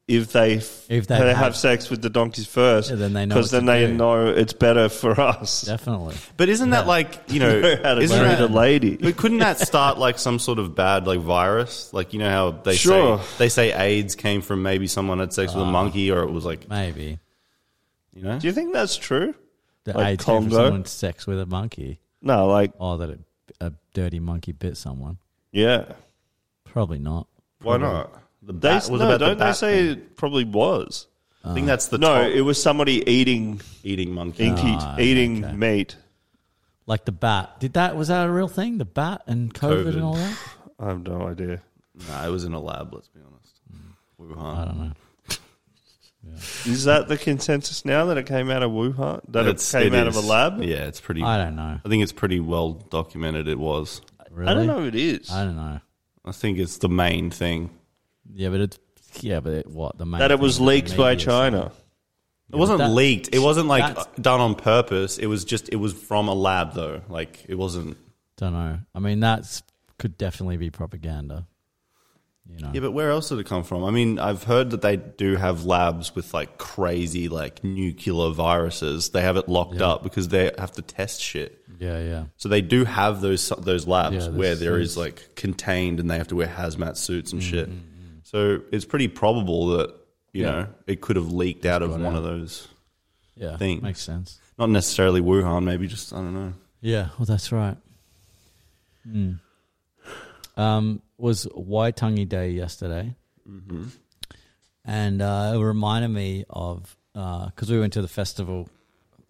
D: if they if
C: If they
D: have,
C: have-
D: sex with the donkeys first,
C: Yeah, then they know
D: because
C: what
D: then
C: to
D: they
C: do.
D: know it's better for us.
C: Definitely.
B: But isn't that like
D: [LAUGHS]
B: you know?
D: Know how to
B: isn't
D: marry
B: that,
D: the lady.
B: But couldn't that start like some sort of bad like virus? Like you know how they
D: Sure. Uh.
B: say they say AIDS came from maybe someone had sex with a monkey or it was like
C: Maybe.
B: you know.
D: Do you think that's true?
C: The
D: Like
C: AIDS came from
D: Congo?
C: someone's sex with a monkey.
D: No, like
C: Oh, that it, a dirty monkey bit someone.
D: yeah.
C: Probably not.
B: Why not? The
D: They,
B: bat was
D: no,
B: about the
D: don't they
B: bat
D: say
B: thing.
D: it probably was?
B: I think that's the
D: no,
B: top
D: it was somebody eating
B: eating monkey.
D: inky,
C: Ah,
D: eating
C: okay.
D: meat.
C: Like the bat. Did that? Was that a real thing? The bat and COVID,
B: COVID.
C: and all that.
D: I have no idea.
B: Nah, it was in a lab. Let's be honest.
D: Mm.
C: I
B: Wuhan.
C: don't know.
D: Is that the consensus now that it came out of Wuhan? That it
B: It's-
D: came
B: it
D: out
B: is.
D: of a lab?
B: Yeah, it's pretty.
C: I don't know.
B: I think it's pretty well documented. It was.
C: Really?
D: I don't know if it is.
C: I don't know.
B: I think it's the main thing.
C: Yeah, but it's yeah, but it, what the main
D: That it
C: thing
D: was
C: the
D: leaked by
C: media-
D: China.
B: It wasn't
C: that-
B: leaked. It wasn't like
C: that's-
B: done on purpose. It was just it was from a lab though. Like it wasn't.
C: Don't know. I mean, that's could definitely be propaganda. You know.
B: Yeah, but where else did it come from? I mean, I've heard that they do have labs with like crazy like nuclear viruses. They have it locked up because they have to test shit.
C: yeah, yeah.
B: So they do have those those labs
C: Yeah,
B: where
C: there's-
B: there is
C: there's-
B: like contained and they have to wear hazmat suits
C: Mm,
B: and shit. So it's pretty probable that you know it could have leaked out of one of those.
C: Yeah.
B: Thing.
C: Makes sense.
B: Not necessarily Wuhan, maybe just I don't know.
C: Yeah, well, that's right. Mm. Hmm. Um, was Waitangi Day yesterday, and uh, it reminded me of because we went to the festival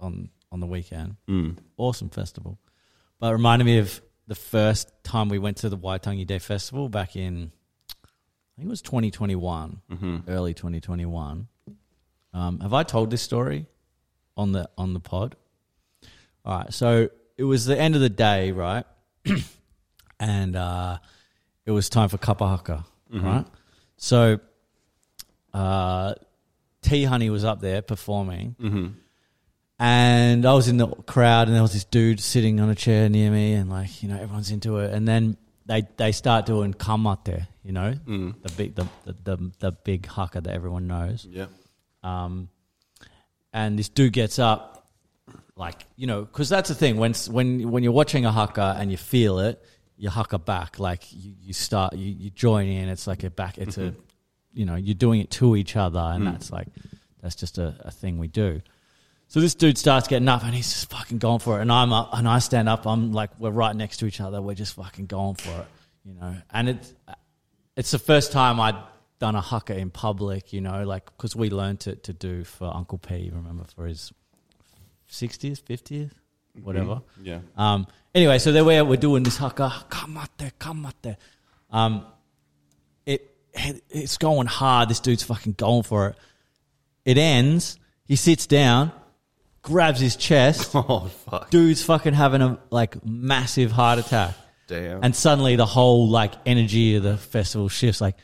C: on on the weekend. Mm. Awesome festival, but it reminded me of the first time we went to the Waitangi Day festival back in I think it was twenty twenty one, early twenty twenty one. Um, have I told this story on the on the pod? All right. So it was the end of the day, right? [CLEARS THROAT] and uh, it was time for kapahaka, right? So uh, T Honey was up there performing. And I was in the crowd, and there was this dude sitting on a chair near me, and like you know, everyone's into it. And then they they start doing kamate, you know, the big the, the the the big haka that everyone knows
B: Yeah.
C: Um, and this dude gets up, like you know, because that's the thing when when when you're watching a haka and you feel it, you haka back, like you, you start you, you join in. It's like a back. It's a you know you're doing it to each other, and that's like that's just a, a thing we do. So this dude starts getting up and he's just fucking going for it. And I'm up and I stand up. I'm like, we're right next to each other. We're just fucking going for it, you know. And it's it's the first time I'd done a haka in public, you know, like because we learnt it to do for Uncle P. Remember for his sixtieth, fiftieth, whatever.
B: Yeah.
C: Um, anyway, so there we're, we're doing this haka. Kamate, kamate. Um, it, it it's going hard. This dude's fucking going for it. It ends. He sits down, grabs his chest. [LAUGHS]
B: [LAUGHS] Oh fuck.
C: Dude's fucking having a like massive heart attack.
B: Damn.
C: And suddenly the whole like energy of the festival shifts. Like,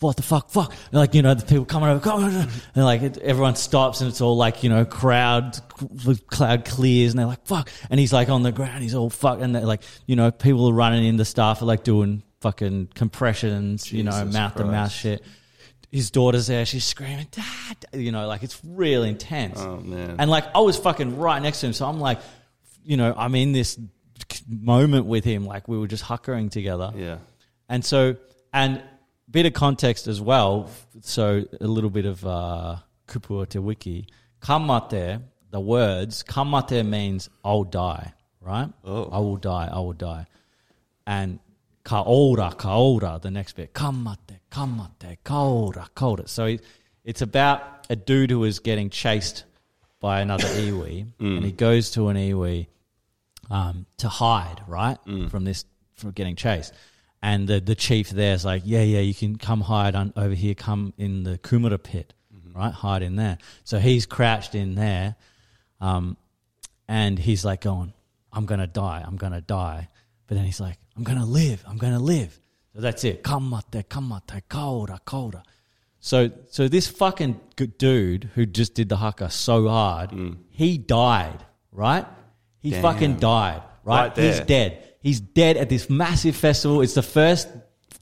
C: what the fuck, fuck? And, like you know the people coming over, come over, and like it, everyone stops and it's all like you know crowd, the cloud clears and they're like fuck. And he's like on the ground, he's all fuck, and they're like you know people are running in. The staff are like doing fucking compressions, you know,
B: Jesus
C: mouth to mouth
B: Christ.
C: shit. His daughter's there. She's screaming, Dad, Dad," you know, like it's real intense.
B: Oh, man.
C: And like I was fucking right next to him, so I'm like, you know, I'm in this moment with him, like we were just huckering together.
B: Yeah.
C: And so, and bit of context as well. So a little bit of uh, kupua te wiki. Kamate, the words kamate means I'll die, right? Oh. I will die. I will die. And kaora, kaora, the next bit. Kamate, kamate, kaora, kaora. So it- it's about a dude who is getting chased by another iwi, and he goes to an iwi um, to hide, right, from this from getting chased. And the the chief there's like, yeah, yeah, you can come hide on, over here, come in the Kumara pit, right, hide in there. So he's crouched in there, um, and he's like going, I'm gonna die, I'm gonna die. But then he's like, I'm gonna live, I'm gonna live. So that's it. Kamate, kamate, kaora, kaora. So, so this fucking good dude who just did the haka so hard, he died right? He
B: Damn.
C: fucking died, right?
B: Right
C: He's
B: there.
C: dead. He's dead at this massive festival. It's the first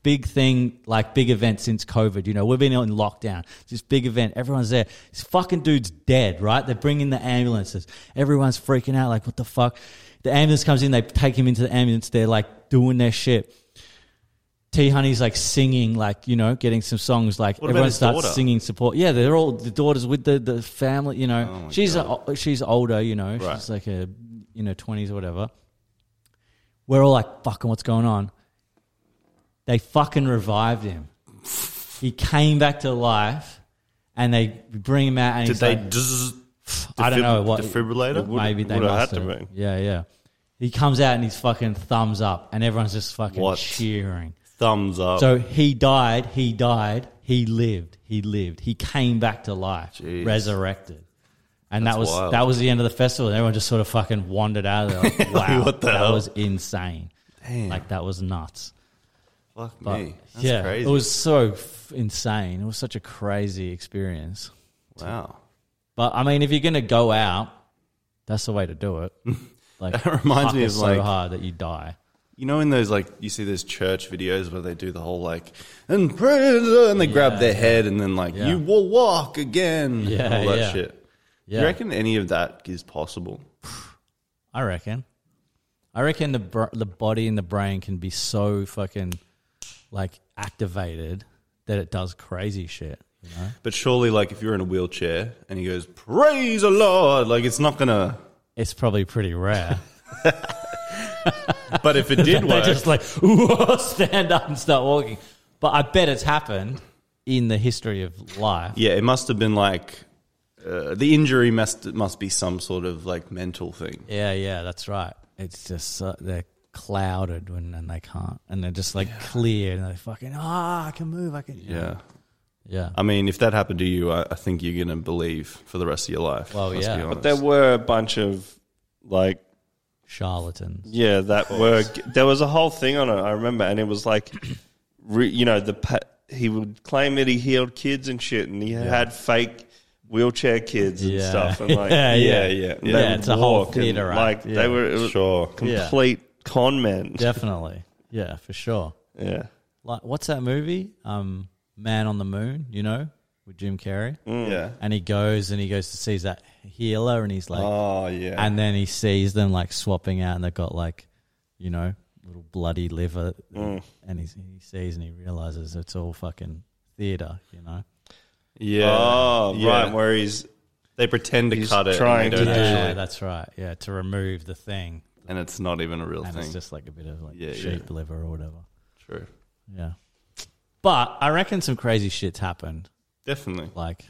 C: big thing, like big event since COVID. You know, we've been in lockdown. It's this big event. Everyone's there. This fucking dude's dead, right? They're bringing the ambulances. Everyone's freaking out, like, what the fuck? The ambulance comes in. They take him into the ambulance. They're like doing their shit. T Honey's like singing, like, you know, getting some songs, like
B: What about
C: everyone
B: his
C: starts
B: daughter?
C: singing support. Yeah, they're all the daughters with the, the family, you know. she's a, she's older, you know.
B: Oh Right.
C: She's like a you know, twenties or whatever. We're all like, fucking what's going on? They fucking revived him. He came back to life and they bring him out and
B: Did
C: he's
B: they?
C: like,
B: zzz-
C: I don't know
B: defib-
C: what-
B: defibrillator.
D: Would-
C: maybe they
D: would've
C: must
D: had to
C: have.
D: be.
C: Yeah, yeah. He comes out and he's fucking thumbs up and everyone's just fucking
B: What?
C: cheering.
B: Thumbs up.
C: So he died, he died, he lived, he lived, he came back to life,
B: Jeez.
C: resurrected. And
B: That's
C: that was
B: wild.
C: that was the end of the festival. And everyone just sort of fucking wandered out of there. Like,
B: [LAUGHS]
C: wow,
B: what the
C: that
B: hell?
C: was insane.
B: Damn.
C: Like that was nuts.
B: Fuck
C: But
B: me. That's
C: yeah,
B: crazy.
C: it was so f- insane. It was such a crazy experience.
B: wow.
C: But I mean, if you're gonna go out, that's the way to do
B: [LAUGHS]
C: it. Like
B: That reminds
C: fuck
B: me
C: it
B: of,
C: so
B: like-
C: hard that you die.
B: You know, in those like you see those church videos where they do the whole like and praise uh, and they grab their head and then like
C: Yeah.
B: you will walk again.
C: Yeah,
B: all that
C: yeah.
B: shit.
C: Yeah,
B: You reckon any of that is possible?
C: I reckon. I reckon the br- the body and the brain can be so fucking like activated that it does crazy shit. You know?
B: But surely, like if you're in a wheelchair and he goes praise the Lord, like it's not gonna.
C: It's probably pretty [LAUGHS] rare. [LAUGHS]
B: But if it did
C: They're
B: work,
C: just like "Whoa," stand up and start walking. But I bet it's happened in the history of life.
B: yeah, it must have been like uh, the injury must must be some sort of like mental thing.
C: Yeah, yeah, that's right. It's just uh, they're clouded when and they can't, and they're just like clear and they fucking ah, I can move, I can
B: Yeah,
C: yeah.
B: I mean, if that happened to you, I, I think you're gonna believe for the rest of your life.
C: Well,
B: let's
C: yeah.
B: be
C: But
B: honest.
D: There were a bunch of like
C: Charlatans.
D: Yeah, that were there was a whole thing on it. I remember, and it was like, [CLEARS THROAT] re, you know, the pa- he would claim that he healed kids and shit, and he had fake wheelchair kids and
C: Yeah. [LAUGHS]
D: stuff, and like,
C: Yeah, yeah.
D: yeah, yeah, yeah,
C: Yeah,
D: And they
C: it's
D: would
C: a whole
D: walk and,
C: theatre act,
D: Like
C: yeah.
D: they were it was sure complete con men. Yeah.
C: Definitely. Yeah, for sure. Like what's that movie? Um Man on the Moon, you know, with Jim Carrey.
B: yeah.
C: And he goes and he goes to sees that healer and he's like
B: Oh yeah.
C: and then he sees them like swapping out and they've got like, you know, little bloody liver
B: Mm.
C: and he's, he sees and he realizes it's all fucking theater, you know.
B: Yeah.
D: Oh,
B: Yeah.
D: right, where he's
B: They pretend to
D: He's
B: cut it, and,
D: trying
B: they don't
D: to-
B: actually-
C: Yeah, that's right. Yeah, to remove the thing.
B: and it's not even a real
C: And
B: thing.
C: it's just like a bit of like
B: Yeah,
C: sheep liver or whatever.
B: True.
C: Yeah. But I reckon some crazy shit's happened.
B: Definitely.
C: like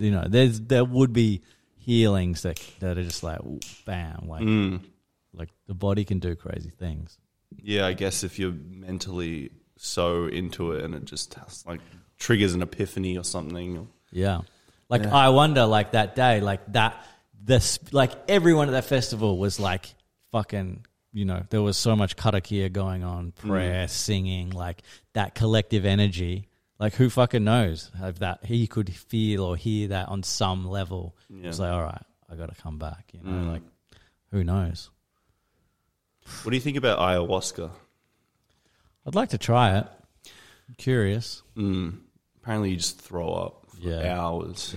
C: you know there's there would be healings that that are just like bam like like the body can do crazy things
B: Yeah, I guess if you're mentally so into it and it just has, like triggers an epiphany or something. or-
C: yeah like i wonder like that day like that this like everyone at that festival was like fucking you know there was so much karakia going on prayer singing like that collective energy like who fucking knows if that he could feel or hear that on some level it's like all right i gotta come back you know like who knows
B: What do you think about ayahuasca?
C: I'd like to try it. I'm
B: [LAUGHS]
C: curious.
B: Apparently, you just throw up for
C: Yeah.
B: hours.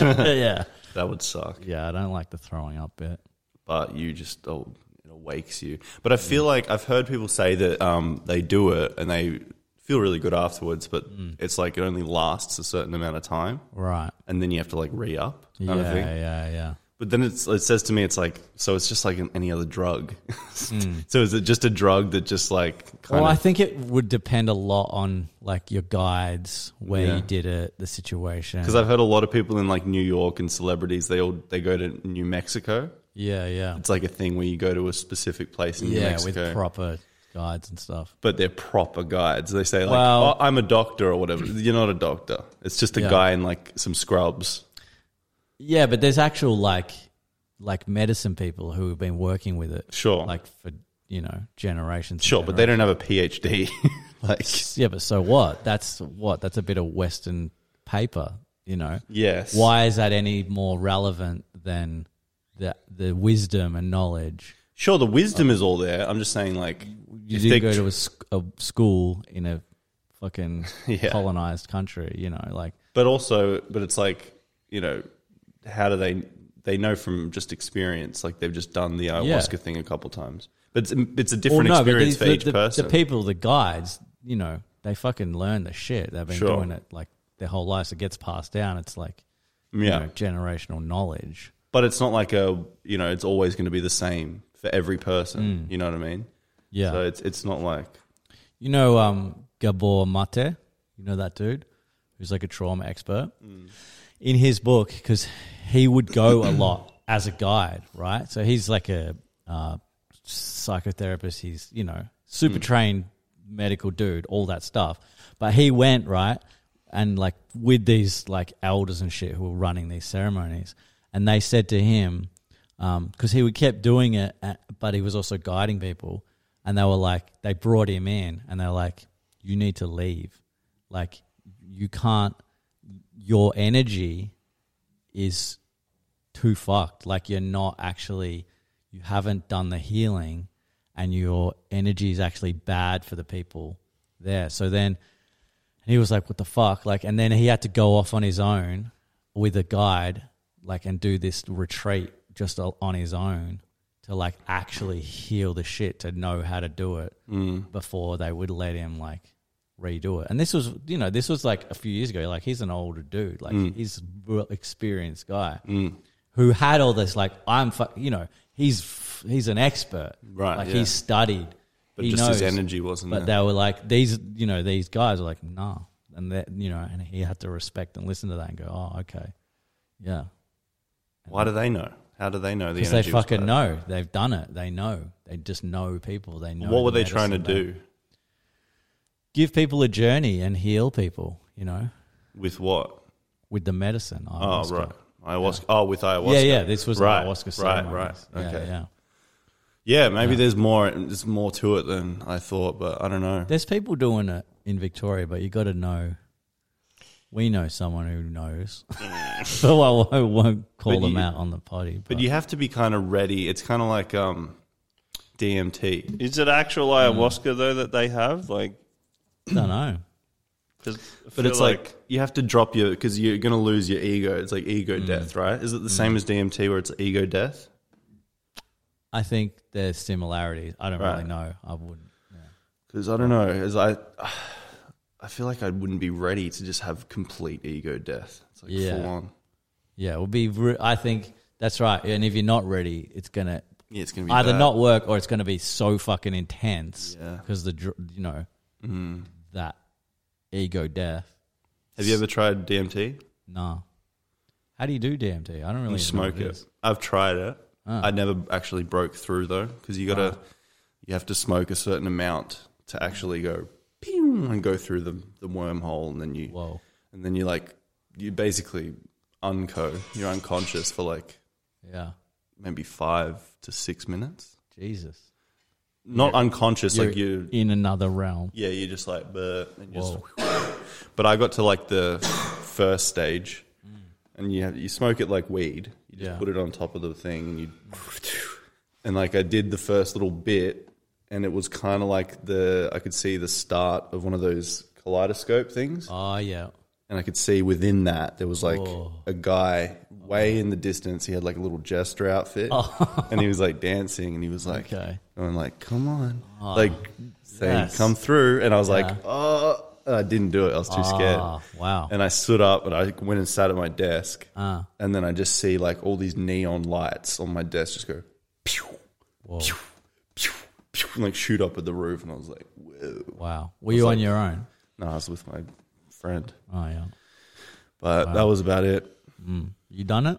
C: yeah.
B: [LAUGHS] That would suck.
C: Yeah, I don't like the throwing up bit.
B: But you just oh, it awakes you. But I feel like I've heard people say that um, they do it and they feel really good afterwards, but
C: Hmm.
B: it's like it only lasts a certain amount of time,
C: Right.
B: and then you have to like re up.
C: Yeah, yeah, yeah.
B: But then it's, it says to me, it's like, so it's just like an- any other drug. [LAUGHS] So is it just a drug that just like kind
C: Hmm. Well, I
B: of. [LAUGHS]
C: think it would depend a lot on like your guides, where
B: Yeah.
C: you did it, the situation.
B: Because I've heard a lot of people in like New York and celebrities, they all they go to New Mexico.
C: yeah, yeah.
B: It's like a thing where you go to a specific place in New
C: Yeah,
B: Mexico,
C: with proper guides and stuff.
B: but they're proper guides. They say like,
C: Well-
B: oh, I'm a doctor or whatever. [CLEARS THROAT] You're not a doctor. It's just a
C: Yeah.
B: guy in like some scrubs.
C: Yeah, but there's actual like like medicine people who have been working with it.
B: Sure.
C: Like for you know, generations.
B: Sure, but they don't have a PhD. [LAUGHS] like,
C: Yeah, but so what? That's what? That's a bit of Western paper, you know.
B: yes,
C: why is that any more relevant than the the wisdom and knowledge.
B: Sure, the wisdom is all there. I'm just saying, like,
C: You
B: if
C: didn't
B: they-
C: go to a, sc- a school in a fucking
B: [LAUGHS] Yeah.
C: colonized country, you know, like
B: but also, but it's like, you know, how do they? They know from just experience. Like they've just done the ayahuasca thing a couple times. But it's, it's a different
C: Well, but
B: experience
C: these-
B: for
C: the,
B: each
C: the-
B: person.
C: The people, the guides, you know, they fucking learn the shit. They've been
B: Sure.
C: doing it like their whole lives. It gets passed down. It's like you
B: Yeah.
C: know, generational knowledge.
B: but it's not like a you know it's always going to be the same for every person you know what i mean
C: Mm. Yeah,
B: so it's it's not like
C: you know, um, Gabor Mate. You know that dude who's like a trauma expert. In his book, because he would go a lot as a guide, right? So he's like a uh, psychotherapist. He's you know super trained medical dude, all that stuff. But he went right and like with these like elders and shit who were running these ceremonies, and they said to him because he would kept doing it, uh, but he was also guiding people, and they were like they brought him in and they're like, you need to leave, like you can't. Your energy is too fucked. Like you're not actually, you haven't done the healing, and your energy is actually bad for the people there. So then, and he was like, "What the fuck?" Like, and then he had to go off on his own with a guide, like, and do this retreat just o- on his own to like actually heal the shit to know how to do it
B: Mm.
C: before they would let him like redo it. And this was, you know, this was like a few years ago. Like, he's an older dude. Like,
B: Mm.
C: he's a real experienced guy who had all this. Like, I'm, fu- you know, he's f- he's an expert.
B: Right,
C: Like,
B: yeah.
C: he's studied.
B: but
C: He
B: just his
C: knows.
B: energy wasn't
C: But
B: there
C: they were like these, you know, these guys were like, nah, and that, you know, and he had to respect and listen to that and go, oh, okay, yeah,
B: why do they know how do they know the
C: because
B: energy
C: they
B: was
C: fucking
B: bad?
C: know, they've done it, they know, they just know people, they know.
B: what were
C: the
B: they trying to
C: medicine, they-
B: do
C: Give people a journey and heal people, you know,
B: with what
C: with the medicine.
B: oh
C: ayahuasca.
B: right ayahuasca oh with ayahuasca
C: Yeah, yeah. This was
B: right
C: ayahuasca
B: right
C: ceremonies.
B: right
C: Yeah,
B: okay yeah,
C: yeah.
B: maybe there's more there's more to it than i thought but i don't know
C: There's people doing it in Victoria, but you got to know. We know someone who knows, [LAUGHS] so I won't- I won't call
B: Mm. But
C: them
B: you-
C: out on the potty.
B: but you have to be kind of ready it's kind of like um dmt
D: Is it actual ayahuasca though that they have? Like,
C: don't know.
D: 'cause I
B: but
D: feel
B: it's like, you have to drop your because you're gonna lose your ego. It's like ego
C: Mm.
B: death, right? Is it the same as DMT where it's ego death?
C: I think there's similarities. I don't really
B: Right.
C: know. I wouldn't.
B: Because I don't know, as I, I feel like I wouldn't be ready to just have complete ego death. It's like
C: Yeah.
B: full on.
C: Yeah, it would be. re- I think that's right. And if you're not ready, it's gonna
B: Yeah, it's gonna be
C: either
B: bad.
C: not work or it's gonna be so fucking intense.
B: Yeah. Mm-hmm.
C: Because the dr- you know that ego death.
B: Have you ever tried DMT?
C: Nah. How do you do DMT? I don't really
B: You
C: even know
B: smoke
C: what it
B: it.
C: is.
B: I've tried it.
C: Ah.
B: I never actually broke through though, because you gotta, you have to smoke a certain amount to actually go, ping, and go through the the wormhole, and then you,
C: Whoa.
B: and then you like, you basically unco, you're unconscious for like
C: Yeah.
B: maybe five to six minutes.
C: Jesus.
B: Not unconscious, like you
C: in another realm.
B: Yeah, you're just like, but and you just, [LAUGHS] but I got to like the first stage, and you have, you smoke it like weed. You just
C: Yeah.
B: put it on top of the thing, and you and like I did the first little bit, and it was kind of like the I could see the start of one of those kaleidoscope things,
C: Oh yeah.
B: and I could see within that there was like
C: Oh.
B: a guy way in the distance. He had like a little jester outfit, [LAUGHS] and he was like dancing, and he was like,
C: Oh. Okay. Ah.
B: and I'm like, come on, like saying,
C: yes.
B: come through. And I was like, oh, and I didn't do it. I was too
C: Ah,
B: scared.
C: wow. Ah.
B: And I stood up and I went and sat at my desk. And then I just see like all these neon lights on my desk just go, pew,
C: Whoa.
B: pew, pew, and like shoot up at the roof. And I was like, whoa.
C: Wow. Were you on your own?
B: No, I was with my friend.
C: Oh yeah. Mm.
B: But that was about it.
C: You done it?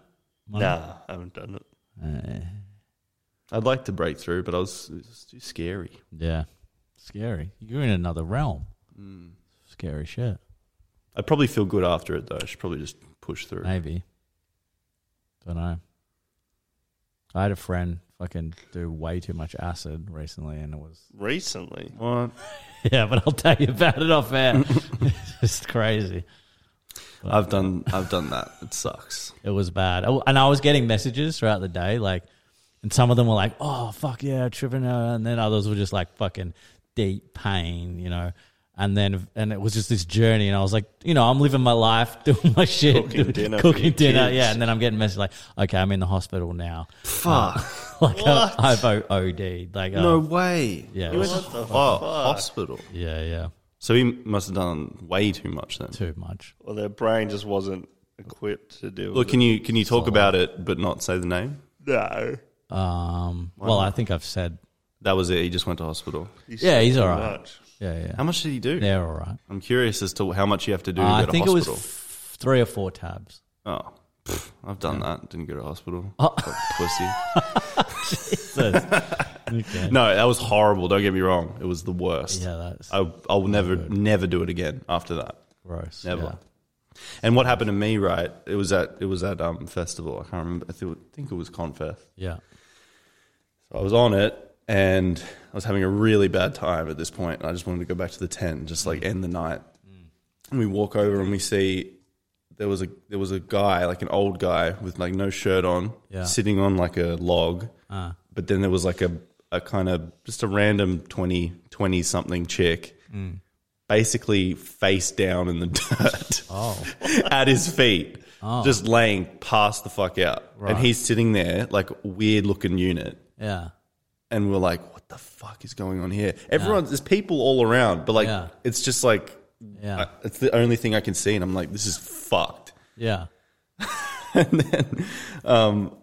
C: Eh.
D: nah, I haven't done it.
B: I'd like to break through, but I was, it was too scary.
C: Yeah. Scary. You're in another realm. Scary shit.
B: I'd probably feel good after it though. I should probably just push through.
C: Maybe. Don't know. I had a friend fucking do way too much acid recently, and it was
D: Recently,
B: What?
C: [LAUGHS] yeah. But I'll tell you about it off air. it's just crazy.
B: I've done I've done that. It sucks.
C: It was bad. I- And I was getting messages throughout the day, like, and some of them were like, oh, fuck yeah, tripping out. And then others were just like fucking deep pain, you know. And then, and it was just this journey. And I was like, you know, I'm living my life, [LAUGHS] doing my shit,
D: Cooking
C: doing-
D: dinner for
C: cooking
D: your
C: dinner.
D: kids.
C: Yeah. And then I'm getting messages like, okay, I'm in the hospital now.
B: Fuck.
C: [LAUGHS] Like, I, I've O- OD'd. Like,
B: [LAUGHS] No
C: oh,
B: way.
C: Yeah.
B: You went to
C: What
B: the Oh, hospital.
C: yeah, yeah.
B: So he must have done way too much then.
C: Too much.
D: Well, their brain just wasn't equipped to deal
B: Look,
D: with
B: can you can you talk about it but not say the name?
D: it. No.
C: Um, well, I think I've said,
B: That was it. He just went to hospital.
C: yeah, he's all
D: Too
C: right.
D: much.
C: Yeah, yeah.
B: How much did he do?
C: They're all right.
B: I'm curious as to how much you have to do
C: Uh, I
B: to go to
C: think it was
B: hospital.
C: f- three or four tabs.
B: oh, Pfft, I've done that. Didn't go to hospital.
C: Oh.
B: Fuck, Pussy. [LAUGHS]
C: [LAUGHS] okay.
B: No, that was horrible. Don't get me wrong. It was the worst.
C: Yeah, that's
B: I I will never never do it again after that.
C: gross.
B: Never.
C: Yeah.
B: And what happened to me, right? It was at it was at um festival. I can't remember. I thi- think it was Confest.
C: Yeah.
B: So I was on it and I was having a really bad time at this point. And I just wanted to go back to the tent, just like end the night.
C: Mm.
B: And we walk over and we see there was a there was a guy, like an old guy with like no shirt on,
C: Yeah.
B: sitting on like a log.
C: Uh.
B: But then there was like a a kind of just a random 20 20 something chick.
C: Mm.
B: Basically, face down in the dirt
C: [LAUGHS] Oh.
B: [LAUGHS] at his feet, just laying past the fuck out. And he's sitting there, like weird looking unit
C: Yeah.
B: and we're like, what the fuck is going on here? Everyone, there's people all around, but like,
C: Yeah.
B: it's just like,
C: Yeah.
B: I- it's the only thing I can see. And I'm like, this is fucked.
C: yeah.
B: And then um,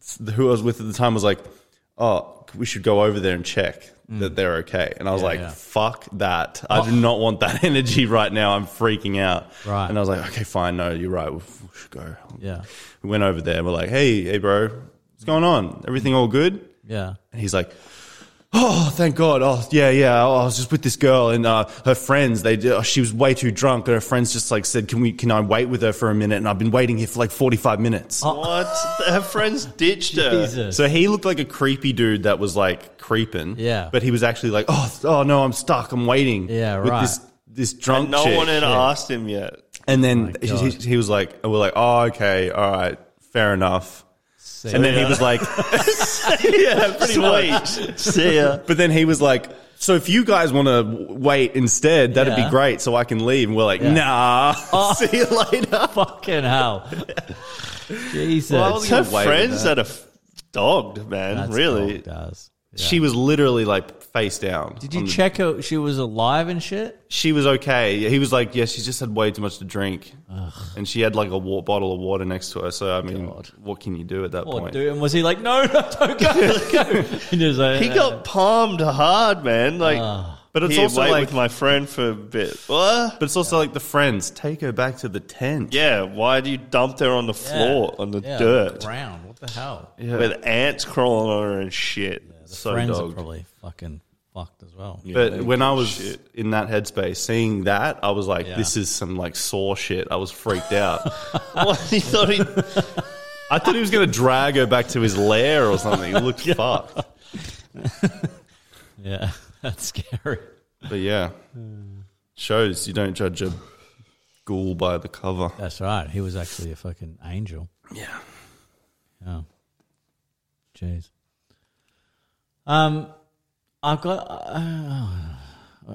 B: s- who I was with at the time was like, oh, we should go over there and check that they're okay. And I was like,
C: Mm. yeah. Oh.
B: fuck that. I do not want that [LAUGHS] energy right now. I'm freaking out.
C: Right.
B: And I was like, okay, fine. No, you're right. We f- we should go.
C: Yeah.
B: We went over there. We're like, hey, hey, bro, what's going on? Everything all good?
C: Yeah.
B: And he's like, "Oh, thank God! Oh, yeah, yeah. I was just with this girl and uh, her friends. They oh, she was way too drunk, and her friends just like said, "Can we? Can I wait with her for a minute?" And I've been waiting here for like forty five minutes.
D: What? Her friends ditched her.
C: Oh, Jesus.
B: So he looked like a creepy dude that was like creeping.
C: Yeah.
B: but he was actually like, "Oh, th- oh no, I'm stuck. I'm waiting."
C: Yeah,
B: with
C: right.
B: This, this drunk
D: No
B: chick.
D: one had asked him yet.
B: and then
C: Oh my
B: he,
C: God.
B: he- he was like, and "We're like, oh, okay, all right, fair enough."
C: See
B: And then he
C: [LAUGHS]
B: was like, [LAUGHS]
D: yeah, pretty much. See ya.
B: [LAUGHS] But then he was like, "So if you guys want to wait instead, that'd
C: Yeah. Oh.
B: be great, so I can leave." And we're
C: [LAUGHS]
B: like, "Nah, [LAUGHS] see you later."
C: fucking
B: [LAUGHS]
C: hell. Jesus.
D: Well,
B: it's
D: her
B: a way with
D: friends that are f- dogged, man.
C: That's all
D: really.
C: it does. Yeah.
B: She was literally like face down.
C: Did you check her? She was alive and shit.
B: She was okay. He was like, "Yeah, she just had way too much to drink, and she had like a wa- bottle of water next to her." So I mean,
C: God.
B: what can you do at that
C: Or
B: point?
C: dude, and was he like, no, [LAUGHS] no, don't go, don't go.
B: [LAUGHS]
C: He, just like,
D: He got palmed hard, man. Like,
C: Ah.
B: But it's
D: here,
B: also
D: wait
B: like-
D: with my friend for a bit. What?
B: But it's also like the friends take her back to the tent.
D: Yeah, why do you dump her on the
C: Yeah.
D: floor, on the
C: Yeah,
D: dirt,
C: ground. What the hell?
D: with ants crawling on her and shit?
C: The
B: so
C: friends are
B: dogged.
C: probably fucking fucked as well.
B: But when I was in that headspace, seeing that, I was like,
C: Yeah.
B: "This is some like sore shit." I was
C: [LAUGHS]
B: freaked out. [LAUGHS]
D: What, he thought he
B: I thought he was going to drag her back to his lair or something. He
C: [LAUGHS]
B: looked fucked.
C: Yeah, [LAUGHS] that's scary.
B: But yeah, shows you don't judge a ghoul by the cover.
C: That's right. He was actually a fucking angel.
B: Yeah.
C: Oh, jeez. Um, I've got. Uh, [SIGHS]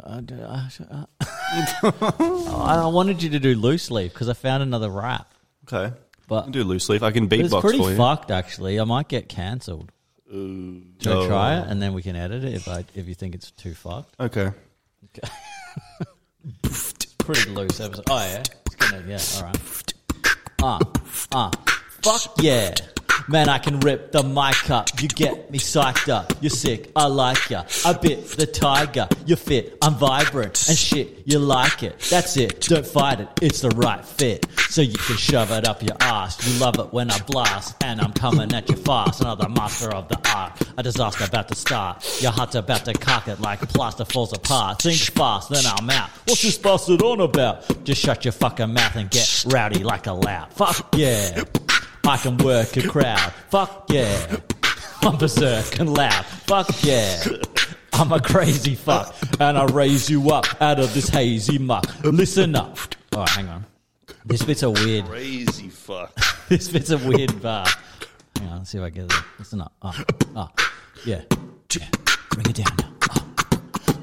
C: I, d- I sh- uh, [LAUGHS] I I wanted you to do loose leaf because I found another rap,
B: Okay. I
C: but
B: can do loose leaf. I can beatbox
C: it's pretty
B: for you.
C: fucked. Actually, I might get cancelled. Should I try it and then we can edit it if I if you think it's too
B: [LAUGHS]
C: fucked.
B: Okay.
C: Pretty loose episode. Oh yeah, It's gonna- yeah. All right. Ah ah, fuck yeah. Man, I can rip the mic up. You get me psyched up. You're sick. I like ya. I bit the tiger. You're fit. I'm vibrant. And shit, you like it. That's it. Don't fight it. It's the right fit. So you can shove it up your ass. You love it when I blast. And I'm coming at you fast. Another master of the art. A disaster about to start. Your heart's about to cock it like plaster falls apart. Think fast, then I'm out. What's this bastard on about? Just shut your fucking mouth and get rowdy like a loud. Fuck yeah. I can work a crowd. Fuck yeah. I'm berserk and loud. Fuck yeah. I'm a crazy fuck. And I raise you up out of this hazy muck. Listen up. Oh, hang on. This bit's a weird. [LAUGHS]
D: Crazy fuck.
C: This bit's a weird bar. Hang on, let's see if I get it. Listen up. Oh, oh, yeah. yeah. Bring it down now. Oh.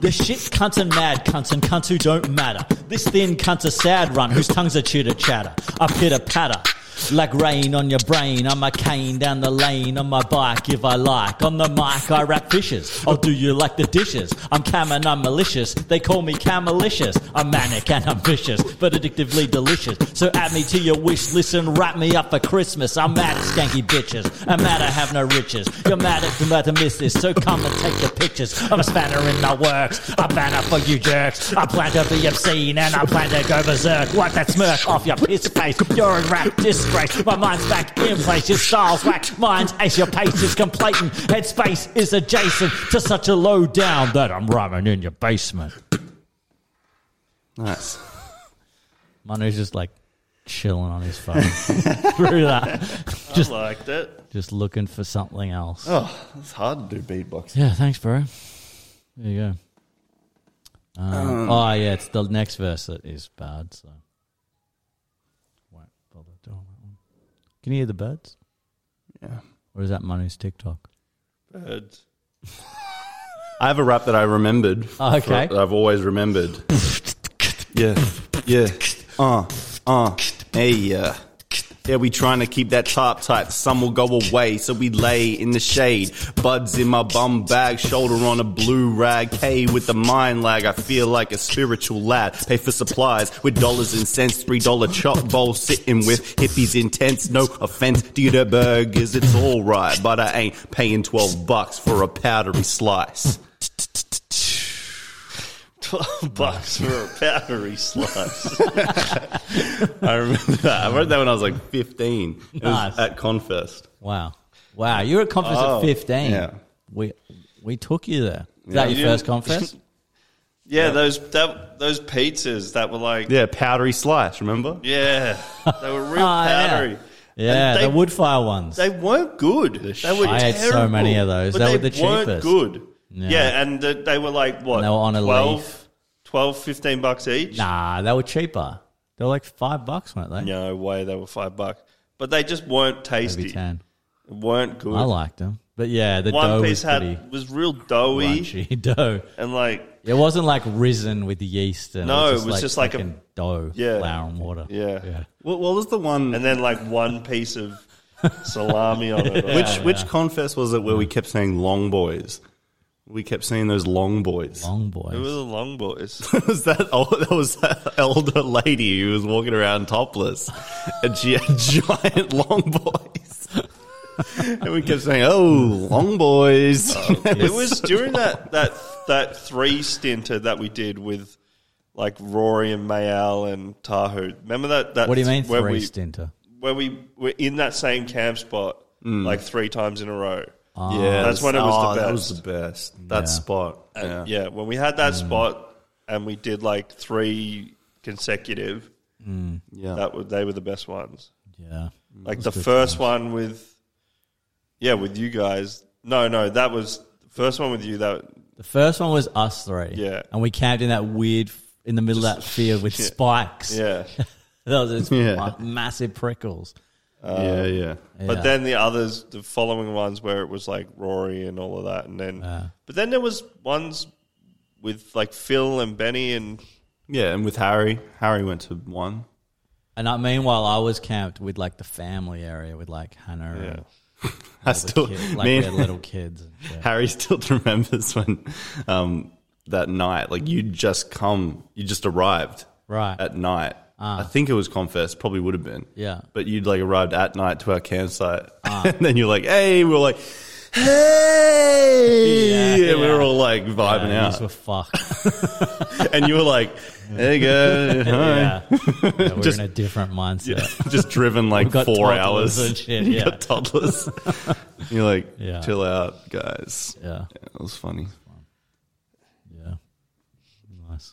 C: The shit cunts and mad cunts and cunts who don't matter. This thin cunt's a sad run whose tongue's a chitter chatter. A pitter patter. Like rain on your brain, I'm a cane down the lane on my bike if I like. On the mic, I rap fishes. I'll do you like the dishes. I'm cam and I'm malicious. They call me camelicious. I'm manic and I'm vicious, but addictively delicious. So add me to your wish list and wrap me up for Christmas. I'm mad at skanky bitches. I'm mad I have no riches. You're mad at about to miss this, so come and take the pictures. I'm a spanner in my works. A banner for you jerks. I plan to be obscene and I plan to go berserk. Wipe that smirk off your piss face. You're in rap disgrace. My mind's back in place. Your style's whack. Mine's ace. Your pace is complacent. Headspace is adjacent to such a low down that I'm rhyming in your basement.
B: Nice.
C: Manu's just like chilling on his phone [LAUGHS] through that,
D: Just liked it.
C: just looking for something else.
B: Oh, it's hard to do beatbox.
C: Yeah, thanks, bro. There you go. Um, oh yeah, it's the next verse that is bad. So won't bother doing that one. Can you hear the birds?
B: Yeah.
C: Or is that Manu's TikTok?
D: Birds.
B: I have a rap that I remembered.
C: Oh, okay.
B: that I've always remembered. yeah. Yeah. Uh. Uh. Hey, yeah. Yeah, we trying to keep that top tight. Some will go away, so we lay in the shade. Buds in my bum bag, shoulder on a blue rag. Hey, with the mind lag, I feel like a spiritual lad. Pay for supplies with dollars and cents. Three dollar chop bowl sitting with hippies intense. No offense, do the burgers, it's alright. But I ain't paying 12 bucks for a powdery slice.
D: 12 bucks for a powdery slice.
B: I remember that. I wrote that when I was like 15. It
C: Nice.
B: was at Confest.
C: Wow, wow, you were at conference
D: Oh,
C: at fifteen.
B: yeah.
C: We we took you there. Is that your
D: You
C: first
D: didn't- [LAUGHS]
C: conference?
D: Yeah, those that, those pizzas that were like, yeah,
B: Yeah, powdery slice, remember?
D: they
C: [LAUGHS]
D: were real
C: Oh, yeah.
D: powdery.
C: Yeah,
D: And
C: the wood fire ones.
D: They weren't good. They were
C: I had so
D: terrible,
C: many of those.
D: but
C: They were
D: they
C: the
D: weren't
C: cheapest.
D: good.
C: Yeah.
D: Yeah, and the, they were like, what?
C: And they were on a
D: 12,
C: leaf.
D: 12, 15 bucks each?
C: nah, they were cheaper. They were like five bucks, weren't they?
D: No way, they were five bucks. But they just weren't tasty.
C: maybe ten.
D: weren't good.
C: I liked them, but yeah, the dough
D: One piece
C: was pretty
D: had was real doughy
C: crunchy [LAUGHS] dough.
D: and like
C: It wasn't like risen with yeast. And
D: No,
C: it was just, like,
D: like a-
C: fucking dough,
D: Yeah.
C: flour and water.
D: Yeah.
B: What, what was the one?
D: and then like one piece of
C: [LAUGHS]
D: salami on it.
B: which which Confest was it where we kept saying long boys? We kept saying those long boys.
C: long
D: It was
C: boys.
D: a long boys.
B: [LAUGHS] was that old, that was that elder lady who was walking around topless and she had [LAUGHS] giant long boys. and we kept saying, "Oh, long boys."
C: Oh,
B: [LAUGHS]
D: it was during that that that three stinter that we did with like Rory and Mayal and Tahoe. Remember that? that
C: What do you mean
D: where
C: three
D: we,
C: stinter?
D: Where we were in that same camp spot like three times in a row.
C: Ah.
B: yeah,
D: That's when it was the
B: oh, That
D: best.
B: was the best. Uh, That
C: Yeah.
B: spot. Yeah.
D: Yeah, when we had
C: Mm.
D: that spot and we did like three consecutive,
B: Yeah.
D: that were, they were the best ones.
C: Yeah,
D: Like the first one with, yeah, with you guys. No, no, that was the first one with you. That
C: the first one was us three.
D: Yeah.
C: and we camped in that weird f- in the middle of that field with spikes. [LAUGHS]
D: yeah.
C: those those
B: Yeah.
C: ma- massive prickles.
B: yeah, yeah.
C: Yeah.
D: But then the others, the following ones where it was like Rory and all of that, and then
G: Uh.
D: but then there was ones with like Phil and Benny and
B: Yeah, and with Harry, Harry went to one.
C: And I, meanwhile, I was camped with like the family area with like Hannah and
B: I still,
D: [LAUGHS]
C: kid, like
B: me
C: we
B: and
C: had little kids. and shit.
B: Harry [LAUGHS] still remembers when um, that night, like you just come, you just arrived
C: Right. Ah.
B: at night. I think it was Confest, probably would have been.
C: Yeah. Ah.
B: but you'd like arrived at night to our campsite, [LAUGHS] and then you're like, "Hey," we we're like, "Hey,"
C: [LAUGHS] Yeah,
B: and we were
C: yeah.
B: all like vibing
C: Yeah, these
B: [LAUGHS] out,
C: were fucked.
D: [LAUGHS]
B: and you were like, "There
C: [LAUGHS]
B: you go, hi."
C: Yeah. Yeah, we we're
B: Just-
C: in a different mindset.
B: [LAUGHS] just driven like
C: got
B: four
C: toddlers
B: hours
C: and shit,
B: [LAUGHS] You
C: yeah. [LAUGHS]
B: got toddlers. You're like,
C: Yeah.
B: chill out, guys.
C: Yeah.
B: It was funny.
C: Yeah. Nice.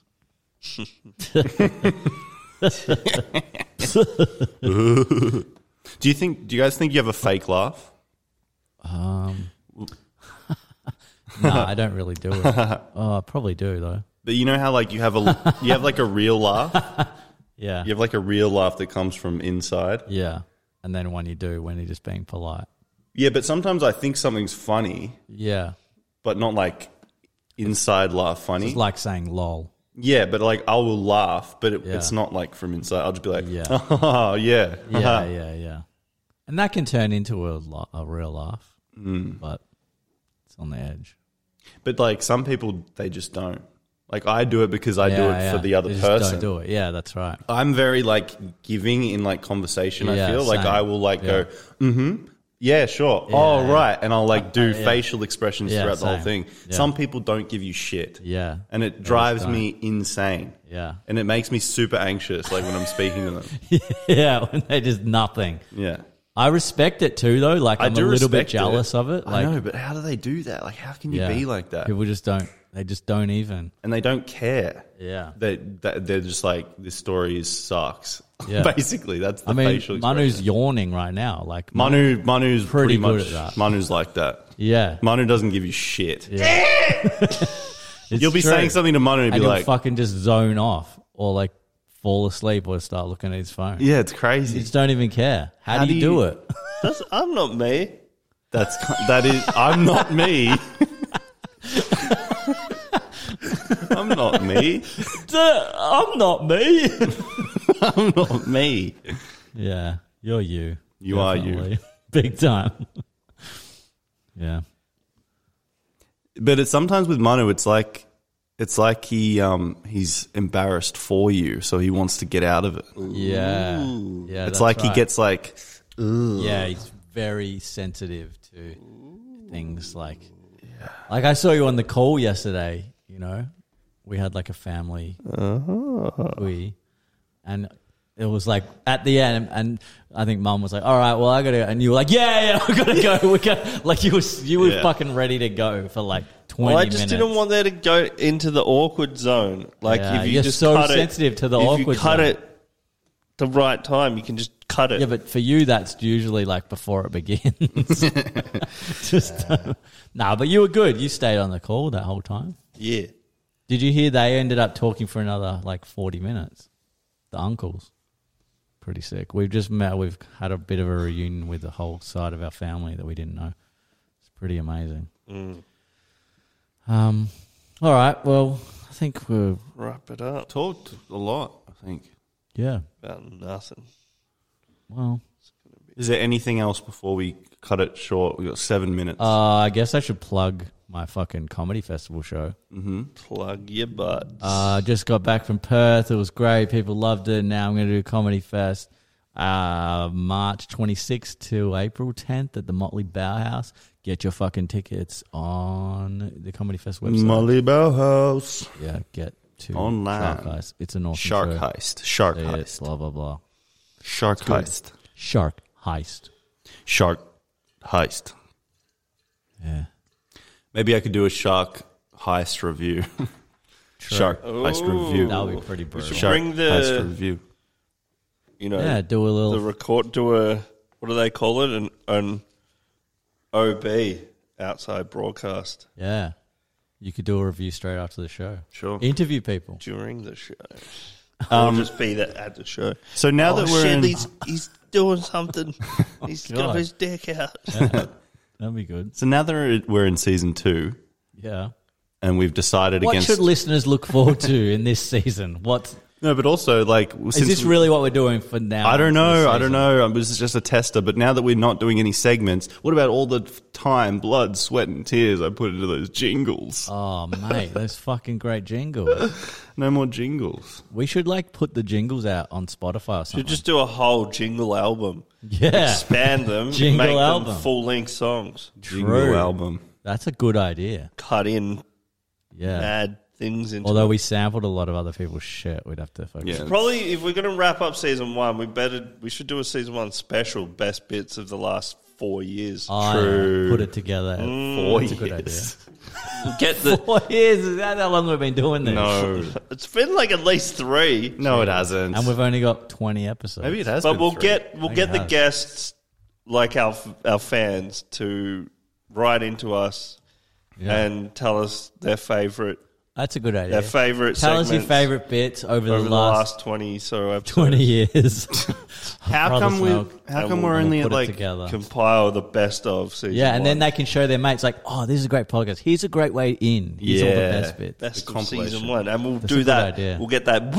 B: Do you think? Do you guys think you have a fake laugh?
C: No,
G: [LAUGHS]
C: I don't really do it. Oh, I probably do though.
B: [LAUGHS] But you know how like you have a you have like a real laugh,
G: Yeah.
B: You have like a real laugh that comes from inside.
G: Yeah. And then when you do, when you're just being polite.
B: Yeah, but sometimes I think something's funny,
G: Yeah.
B: but not like inside laugh funny.
G: It's like saying lol.
B: yeah, but like I will laugh, but it,
G: Yeah.
B: it's not like from inside. I'll just be like,
G: Yeah.
B: [LAUGHS] oh, yeah.
G: [LAUGHS]
B: [LAUGHS]
G: Yeah, yeah, yeah. And that can turn into a, la- a real laugh, but it's on the edge.
B: But like some people, they just don't. Like I do it because I do it
G: Yeah, yeah.
B: for the other
G: You just
B: person.
G: Don't do it. Yeah, that's right.
B: I'm very like giving in like conversation. I
G: Yeah,
B: feel like
G: same.
B: I will like go,
G: Yeah.
B: mm hmm. Yeah, sure. oh,
G: yeah.
B: right. And I'll like do facial expressions
G: Yeah,
B: throughout the whole
G: same.
B: thing.
G: Yeah.
B: Some people don't give you shit.
G: Yeah.
B: And it
G: They
B: drives
G: just don't.
B: me insane.
G: Yeah. [LAUGHS]
B: And it makes me super anxious, like when I'm speaking to them.
G: yeah, when they just nothing.
B: Yeah.
G: I respect it too, though. Like,
B: I
G: I'm
B: do
G: a little bit
B: respect it.
G: jealous of it. Like,
B: I know, but how do they do that? Like, how can you
G: yeah.
B: be like that?
G: People just don't, they just don't even.
B: And they don't care.
G: Yeah.
B: They, they, they're just like, this story is sucks. [LAUGHS]
G: Yeah.
B: Basically, that's the
G: I mean,
B: facial
G: Manu's
B: expression.
G: yawning right now. Like,
B: Manu, Manu's pretty,
G: Pretty good at
B: much,
G: that.
B: Manu's like that.
G: yeah.
B: Manu doesn't give you shit.
G: It's
B: You'll be
G: true.
B: saying something to Manu and,
G: and
B: be
G: he'll
B: like,
G: fucking just zone off or like fall asleep or start looking at his phone.
B: yeah, it's
G: You
B: crazy. [LAUGHS]
G: just don't even care. How, do, you do it?
D: That's, I'm not me.
B: That's, that is, I'm
G: [LAUGHS]
B: not me. [LAUGHS] I'm not me.
G: I'm not me.
B: [LAUGHS] I'm not me.
G: [LAUGHS] yeah, you're you.
B: You are you.
G: [LAUGHS] Big time. yeah.
B: But it's sometimes with Manu, it's like it's like he um he's embarrassed for you, so he wants to get out of it.
G: Yeah. Yeah.
B: it's
G: that's
B: like he
G: right.
B: gets like
G: Yeah, he's very sensitive to things like like I saw you on the call yesterday, you know. We had like a family
D: Uh-huh.
G: we and it was like at the end and I think mum was like, All right, well I gotta go and you were like, Yeah, [LAUGHS] yeah, I gotta go. We got like you was you were
B: Yeah.
G: fucking ready to go for like twenty
D: Well, I just
G: minutes.
D: didn't want there to go into the awkward zone. Like
G: Yeah,
D: if you
G: you're
D: just
G: so
D: cut
G: sensitive
D: it,
G: to the
D: if
G: awkward
D: you cut
G: zone.
D: it the right time, you can just cut it.
G: Yeah, but for you, that's usually like before it begins. Just no, nah, but you were good. You stayed on the call that whole time.
D: yeah.
G: Did you hear they ended up talking for another like 40 minutes? The uncles. Pretty sick. We've just met, we've had a bit of a reunion with the whole side of our family that we didn't know. It's pretty amazing. Um, all right. Well, I think we're,
D: wrap it up.
B: talked a lot. I think.
G: yeah.
D: About nothing.
G: Well,
B: Is there anything else before we cut it short? We got seven minutes.
G: uh, I guess I should plug my fucking comedy festival show.
D: Plug your butt.
G: Uh, just got back from Perth. It was great. People loved it. Now I'm going to do Comedy Fest uh, March 26th to April 10th at the Motley Bauhaus. Get your fucking tickets on the Comedy Fest website.
B: Molly Bauhaus.
G: yeah, get to
B: Online.
G: Shark Heist. It's an awesome
B: Shark
G: show.
B: heist. Shark
G: Yeah,
B: heist.
G: Blah, blah, blah.
B: Shark heist.
G: Shark Heist.
B: Shark heist.
G: Yeah.
B: Maybe I could do a shark heist review. [LAUGHS] Shark heist review.
G: That would be pretty brutal.
B: Shark
D: Bring the-
B: heist review.
D: you know,
G: Yeah, do a
D: the
G: little.
D: record do a what do they call it? An an OB outside broadcast
G: yeah. You could do a review straight after the show.
B: Sure.
G: Interview people.
D: during the show. Um, or just be that at the show.
B: So now
D: oh
B: that we're
D: shit,
B: in,
D: he's he's doing something. He's got
G: God.
D: his dick out.
G: That'd be good.
B: so now that we're in season two,
G: Yeah.
B: and we've decided
G: What
B: against
G: should listeners look forward to in this season? What
B: no, but also like
G: is
B: since
G: this really what we're doing for now?
B: I don't
G: for
B: know.
G: the
B: I don't
G: season?
B: know. Um, This is just a tester. But now that we're not doing any segments, what about all the f- time, blood, sweat, and tears I put into those jingles?
G: Oh mate, those fucking great jingles.
B: No more jingles.
G: We should like put the jingles out on Spotify or
D: You
G: something.
D: just do a whole jingle album.
G: yeah,
D: Expand them,
G: Jingle
D: make
G: album.
D: them full length songs.
B: Jingle album.
G: that's a good idea.
D: Cut in
G: Yeah.
D: add things into
G: Although we sampled a lot of other people's shit, we'd have to fucking
B: Yeah.
D: Probably if we're gonna wrap up season one, we better we should do a season one special best bits of the last four years.
G: Oh, yeah.
B: True. Mm.
G: put it together. [LAUGHS]
B: Four
G: That's a good idea.
B: years.
D: Get the
G: Four years is that how long we've been doing this?
B: No,
D: [LAUGHS] it's been like at least three.
B: no, it hasn't.
G: And
B: [LAUGHS]
G: we've only got twenty episodes.
B: Maybe it has.
D: But
B: been
D: we'll
B: three.
D: get we'll get the
G: has.
D: guests like our our fans to write into us
G: Yeah.
D: and tell us their favorite
G: That's a good idea.
D: Their favorite
G: Tell us your
D: segments
G: favorite bits over,
D: over
G: the, last,
D: twenty so episodes.
B: [LAUGHS]
G: 20 years.
B: How
G: Brother
B: come we?
G: Smoke.
B: How
D: And
B: come
D: we'll-
B: we're only
G: we'll put
B: at
G: it
B: like?
G: together.
D: compile the best of season.
G: yeah, and then
D: one.
G: they can show their mates, like, oh, this is a great podcast. Here's a great way in. Here's all the best bits.
D: Best
B: The
D: of season
B: compilation.
D: one, and we'll
G: That's a
D: do
G: good
D: that.
G: idea.
D: We'll
B: [LAUGHS]
D: get that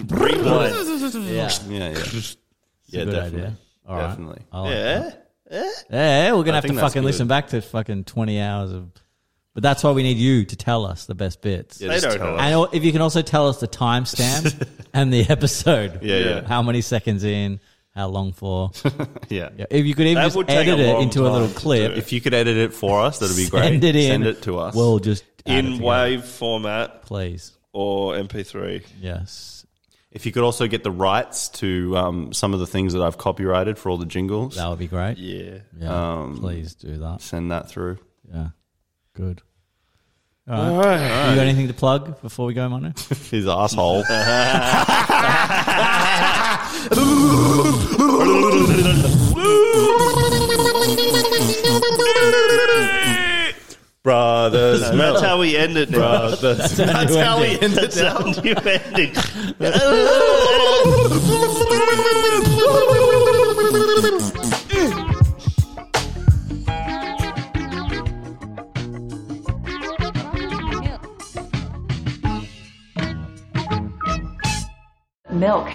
D: rewind.
G: Yeah.
B: Yeah, yeah, yeah,
G: Good
B: definitely.
G: idea. All right.
B: Definitely.
G: I like that.
D: yeah,
G: Yeah, we're gonna
B: I
G: have to
B: think that's
G: fucking
B: good.
G: listen back to fucking twenty hours of. But that's why we need you to tell us the best bits,
B: Yeah,
D: They
B: just
D: don't
B: tell
D: know.
B: us.
G: and al- if you can also tell us the
D: [LAUGHS]
G: timestamp and the episode.
B: Yeah, yeah.
G: How many seconds in? How long
D: [LAUGHS]
G: for?
B: Yeah.
G: Yeah, If you could even
D: That
G: just
D: would take
G: edit
D: a
G: it
D: long
G: into a
D: time
G: little
D: to
G: clip,
D: do.
B: If you could edit it for us, that'd be great.
G: send it in.
B: Send it to us.
G: We'll just add it
D: in
G: together,
D: wave format
G: please.
D: or MP3.
G: Yes,
B: if you could also get the rights to um, some of the things that I've copyrighted for all the jingles,
G: that would be great. Yeah,
D: Yeah, Um,
G: please do that.
B: send that through.
G: Yeah, good. All right. You got anything to plug before we go, Mono?
B: His asshole. Brothers,
D: [LAUGHS] that's how we end it now.
G: [LAUGHS]
B: brothers.
G: That's how we
B: end it.
D: That's how you end it.
H: Milk.